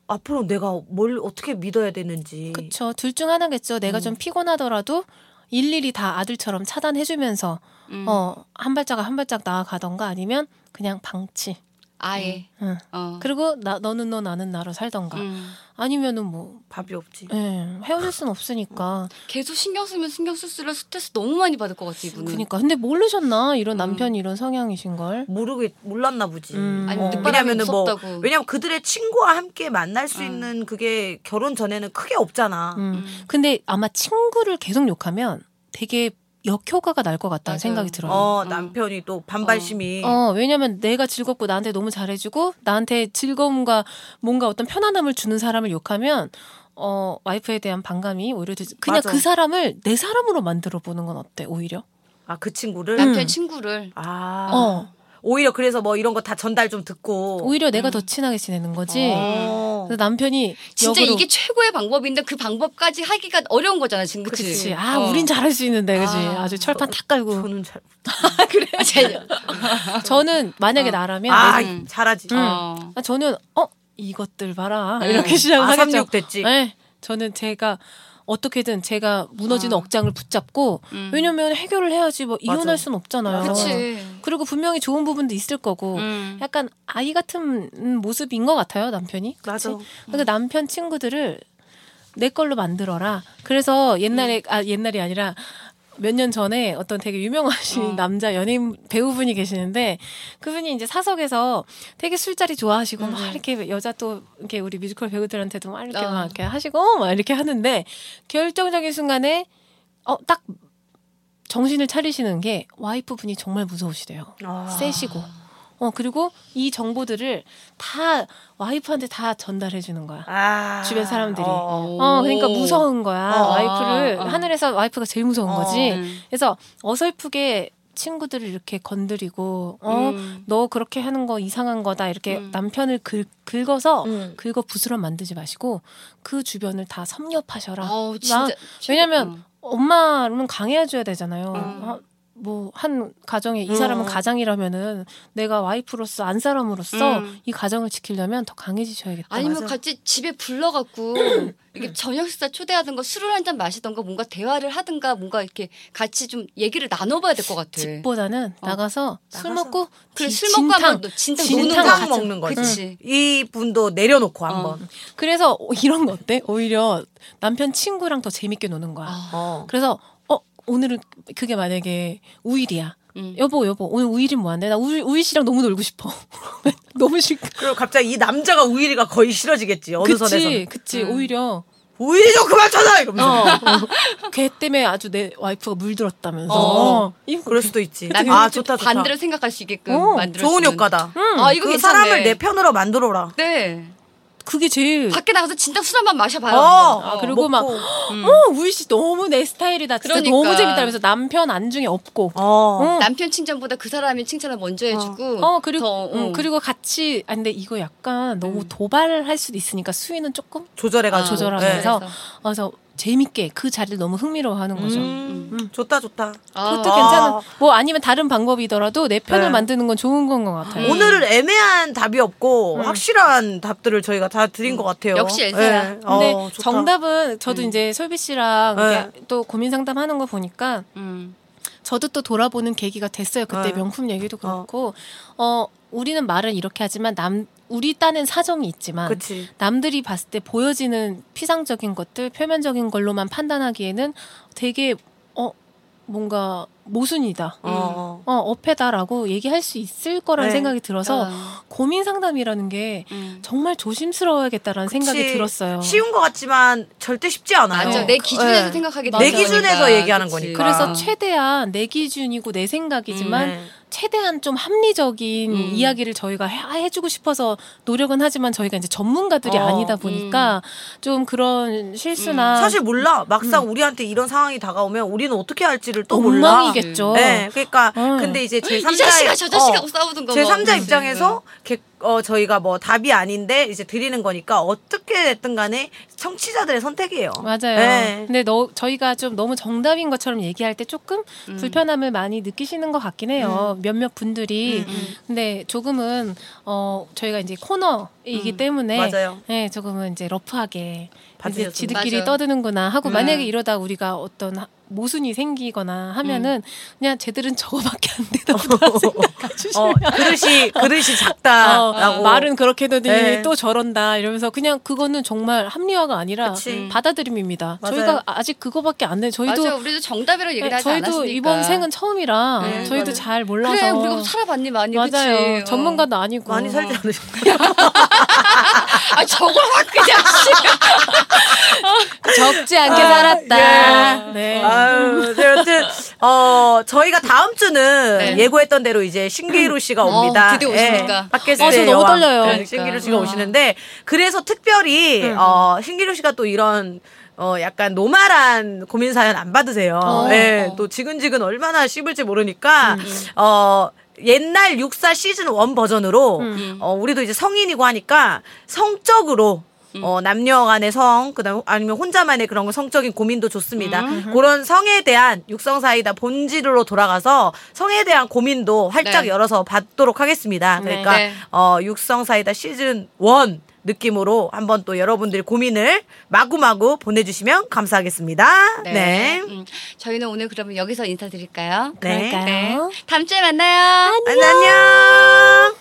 앞으로 내가 뭘 어떻게 믿어야 되는지
그쵸. 둘 중 하나겠죠. 내가
음.
좀 피곤하더라도 일일이 다 아들처럼 차단해주면서
음.
어, 한 발짝 한 발짝 나아가던가 아니면 그냥 방치.
아예.
응.
어.
음, 그리고 나, 너는 너 나는 나로 살던가.
음.
아니면은 뭐
밥이 없지.
예, 헤어질 순 없으니까.
계속 신경 쓰면 신경 쓸수록 스트레스 너무 많이 받을 것 같아 이분은.
그니까 그러니까. 근데 모르셨나
음.
이런 남편이 이런 성향이신 걸.
모르게 몰랐나 보지. 어.
음. 아니,
늦바람이
왜냐면은 뭐,
무섭다고.
왜냐면 그들의 친구와 함께 만날 수 있는 그게 결혼 전에는 크게 없잖아.
음. 근데 아마 친구를 계속 욕하면 되게 역효과가 날 것 같다는
맞아요.
생각이 들어요.
어,
어.
남편이 또 반발심이
어,
네.
왜냐면 내가 즐겁고 나한테 너무 잘해주고 나한테 즐거움과 뭔가 어떤 편안함을 주는 사람을 욕하면 어, 와이프에 대한 반감이 오히려 드 그냥
맞아.
그 사람을 내 사람으로 만들어 보는 건 어때, 오히려?
아 그 친구를
남편 친구를.
아
음. 어,
오히려 그래서 뭐 이런 거 다 전달 좀
어.
듣고
오히려 내가 더 친하게 지내는 거지.
어.
그래서 남편이
음. 진짜
역으로
이게 최고의 방법인데 그 방법까지 하기가 어려운 거잖아 지금 그치?
그치. 아,
어.
우린 잘할 수 있는데, 그치.
아.
아. 주 철판 탁 깔고. 아,
저는 잘
그래. 제가.
저는 만약에 나라면
아,
음.
잘하지.
어.
내- 저는 어 이것들 봐라
음.
이렇게 시작을
아,
하겠죠.
36 됐지?
네, 저는 제가 어떻게든 제가 무너지는
어.
억장을 붙잡고
음. 어.
왜냐면 해결을 해야지 뭐
맞아.
이혼할 순 없잖아요.
그치.
리고 분명히 좋은 부분도 있을 거고
음.
약간 아이 같은 음, 모습인 것 같아요 남편이. 그치?
맞아.
근데 남편 친구들을 내 걸로 만들어라. 그래서 옛날에 아 옛날이 아니라 몇 년 전에 어떤 되게 유명하신 남자 연예인 배우분이 계시는데 그분이 이제 사석에서 되게 술자리 좋아하시고 막 이렇게 여자 또 이렇게 우리 뮤지컬 배우들한테도 막 이렇게
어.
막 이렇게 하시고 막 이렇게 하는데 결정적인 순간에 어 딱 정신을 차리시는 게 와이프 분이 정말 무서우시대요.
아.
세시고. 어 그리고 이 정보들을 다 와이프한테 다 전달해 주는 거야.
아.
주변 사람들이.
어.
어, 그러니까 무서운 거야.
어,
와이프를
어.
하늘에서 와이프가 제일 무서운
어.
거지.
음.
그래서 어설프게 친구들을 이렇게 건드리고 어,
음.
너 그렇게 하는 거 이상한 거다. 이렇게
음.
남편을 긁, 긁어서
음.
긁어 부스럼 만들지 마시고 그 주변을 다 섭렵하셔라.
어우,
나-
진짜. 어.
왜냐면 엄마는 강해줘야 되잖아요.
음.
뭐 한 가정에 이 사람은
음.
가장이라면은 내가 와이프로서 안 사람으로서
음.
이 가정을 지키려면 더 강해지셔야겠다.
아니면
맞아.
같이 집에 불러갖고 이게 저녁 식사 초대하던 거 술을 한 잔 마시던가 뭔가 대화를 하든가 뭔가 이렇게 같이 좀 얘기를 나눠봐야 될 것 같아.
그 집보다는
어.
나가서 술
나가서.
먹고
그래
지-
술 먹고 하면 너 진탕
진탕
노는
진탕
같은-
거
먹는 거지. 음.
그치.
이 분도 내려놓고 한번.
그래서 오- 이런 거 어때? 오히려 남편 친구랑 더 재밌게 노는 거야.
아.
어.
그래서 어 오늘은 그게 만약에 우일이야.
음.
여보 여보 오늘 우일이 뭐한대? 나 우일, 우일 씨랑 너무 놀고 싶어. 너무 싫고.
그리고 갑자기 이 남자가 우일이가 거의 싫어지겠지. 어느
그치
선에서는.
그치
음.
오히려
우일이 좀 그만 쳐라 이러면서.
어. 뭐 걔 때문에 아주 내 와이프가 물들었다면서.
어.
어. 이거
그럴 수도 있지.
남편이
아
좀
좋다 좋다.
그 반대로 생각할 수 있게끔
어,
만들어.
좋은 효과다.
아 이거
그
괜찮네.
사람을 내 편으로 만들어라.
네.
그게 제일
밖에 나가서 진짜 술 한 번 마셔봐요.
어.
한번.
아, 그리고 막
먹고.
어, 우일 씨 너무 내 스타일이다. 진짜
그러니까.
너무 재밌다. 그면서 남편 안중에 없고.
어.
응.
남편 칭찬보다 그 사람이 칭찬을 먼저 해주고.
어 그리고
더,
음, 그리고 같이 아 근데 이거 약간 너무
음.
도발할 수도 있으니까 수위는 조금
조절해가지고.
아, 조절하면서.
네,
어, 그래서 재밌게 그 자리를 너무 흥미로워하는 거죠.
음. 좋다 좋다.
아,
그것도
아.
괜찮은 뭐 아니면 다른 방법이더라도 내 편을
네.
만드는 건 좋은 건 것
음.
같아요.
오늘은 애매한 답이 없고 확실한 답들을 저희가 다 드린 것 같아요.
음. 역시 애세야.
예.
근데
어, 좋다. 음.
정답은 저도 이제 솔비 씨랑
네.
이렇게 또 고민 상담하는 거 보니까
음.
저도 또 돌아보는 계기가 됐어요. 그때
네.
명품 얘기도 그렇고 어 우리는 말은 이렇게 하지만 남 우리 딴엔 사정이 있지만
그치.
남들이 봤을 때 보여지는 피상적인 것들 표면적인 걸로만 판단하기에는 되게 어 뭔가 모순이다.
음.
어, 어.
어, 어폐다라고 얘기할 수 있을 거란
네.
생각이 들어서
어,
고민 상담이라는 게
음.
정말 조심스러워야겠다라는 생각이
그치.
들었어요.
쉬운 것 같지만 절대 쉽지 않아요.
맞아. 내 기준에서
네.
생각하게
내
되는
기준에서
거니까.
얘기하는
그치.
거니까.
그래서
아.
최대한 내 기준이고 내 생각이지만
네.
최대한 좀 합리적인
음.
이야기를 저희가 해, 해주고 싶어서 노력은 하지만 저희가 이제 전문가들이
어, 음.
아니다 보니까 좀 그런
아.
실수나
사실 몰라.
음.
막상 우리한테 이런 상황이 다가오면 우리는 어떻게 할지를 또 몰라.
엉망이겠죠.
네, 그러니까
어.
근데 이제 제
음. 이 자식아
삼자의 어,
저 자식아 싸우던 거제 음.
제 3자 입장에서 개- 어, 저희가 뭐 답이 아닌데 이제 드리는 거니까 어떻게 됐든 간에 청취자들의 선택이에요.
맞아요.
네.
근데 너, 저희가 좀 너무 정답인 것처럼 얘기할 때 조금
음.
불편함을 많이 느끼시는 것 같긴
음.
해요. 몇몇 분들이. 근데 조금은 어 저희가 이제 코너이기 때문에
음. 맞아요.
네, 조금은 이제 러프하게 이제
받으셨으면-
지들끼리
맞아요.
떠드는구나 하고
음.
만약에
네.
이러다 우리가 어떤 하- 모순이 생기거나 하면은
음.
그냥 쟤들은 저거밖에 안 되다고 생각해
어,
주시면
그릇이 그릇이
어,
작다라고
말은 그렇게 되더니
네.
또 저런다 이러면서 그냥 그거는 정말 합리화가 아니라
그치.
받아들임입니다.
맞아요.
저희가 아직 그거밖에 안 돼. 저희도
맞아 우리도 정답이라고 얘기를
네,
하지
저희도
않았으니까
이번 생은 처음이라
네,
저희도
맞아요.
잘 몰라서
그래 우리가 살아봤니 많이
맞아요.
그치? 어.
전문가도 아니고
많이 살지 않으셨나요?
아 저거 확 그냥 씨.
적지 않게
아,
살았다.
예.
네.
아유, 네, 여튼 어 저희가 다음 주는
네.
예고했던 대로 이제
음.
신기루 씨가
어,
옵니다.
드디어 오십니까?
예, 팟캐스트의
어, 저 너무
여왕.
떨려요. 음.
네,
그러니까.
신기루 씨가
아.
오시는데 그래서 특별히 어 신기루 씨가 또 이런 어 약간 노말한 고민 사연 안 받으세요.
어,
예,
어.
또 지근지근 얼마나 씹을지 모르니까
음,
어. 옛날 육사 시즌 원 버전으로
음,
어, 우리도 이제 성인이고 하니까 성적으로
음.
어, 남녀 간의 성, 그다음 아니면 혼자만의 그런 거 성적인 고민도 좋습니다.
음,
그런 성에 대한 육성 사이다 본질로 돌아가서 성에 대한 고민도 활짝
네.
열어서 받도록 하겠습니다. 그러니까
네.
어, 육성 사이다 시즌 원 느낌으로 한번 또 여러분들의 고민을 마구마구 보내주시면 감사하겠습니다. 네.
음, 저희는 오늘 그러면 여기서 인사드릴까요?
네.
그럴까요?
다음 주에 만나요.
안녕.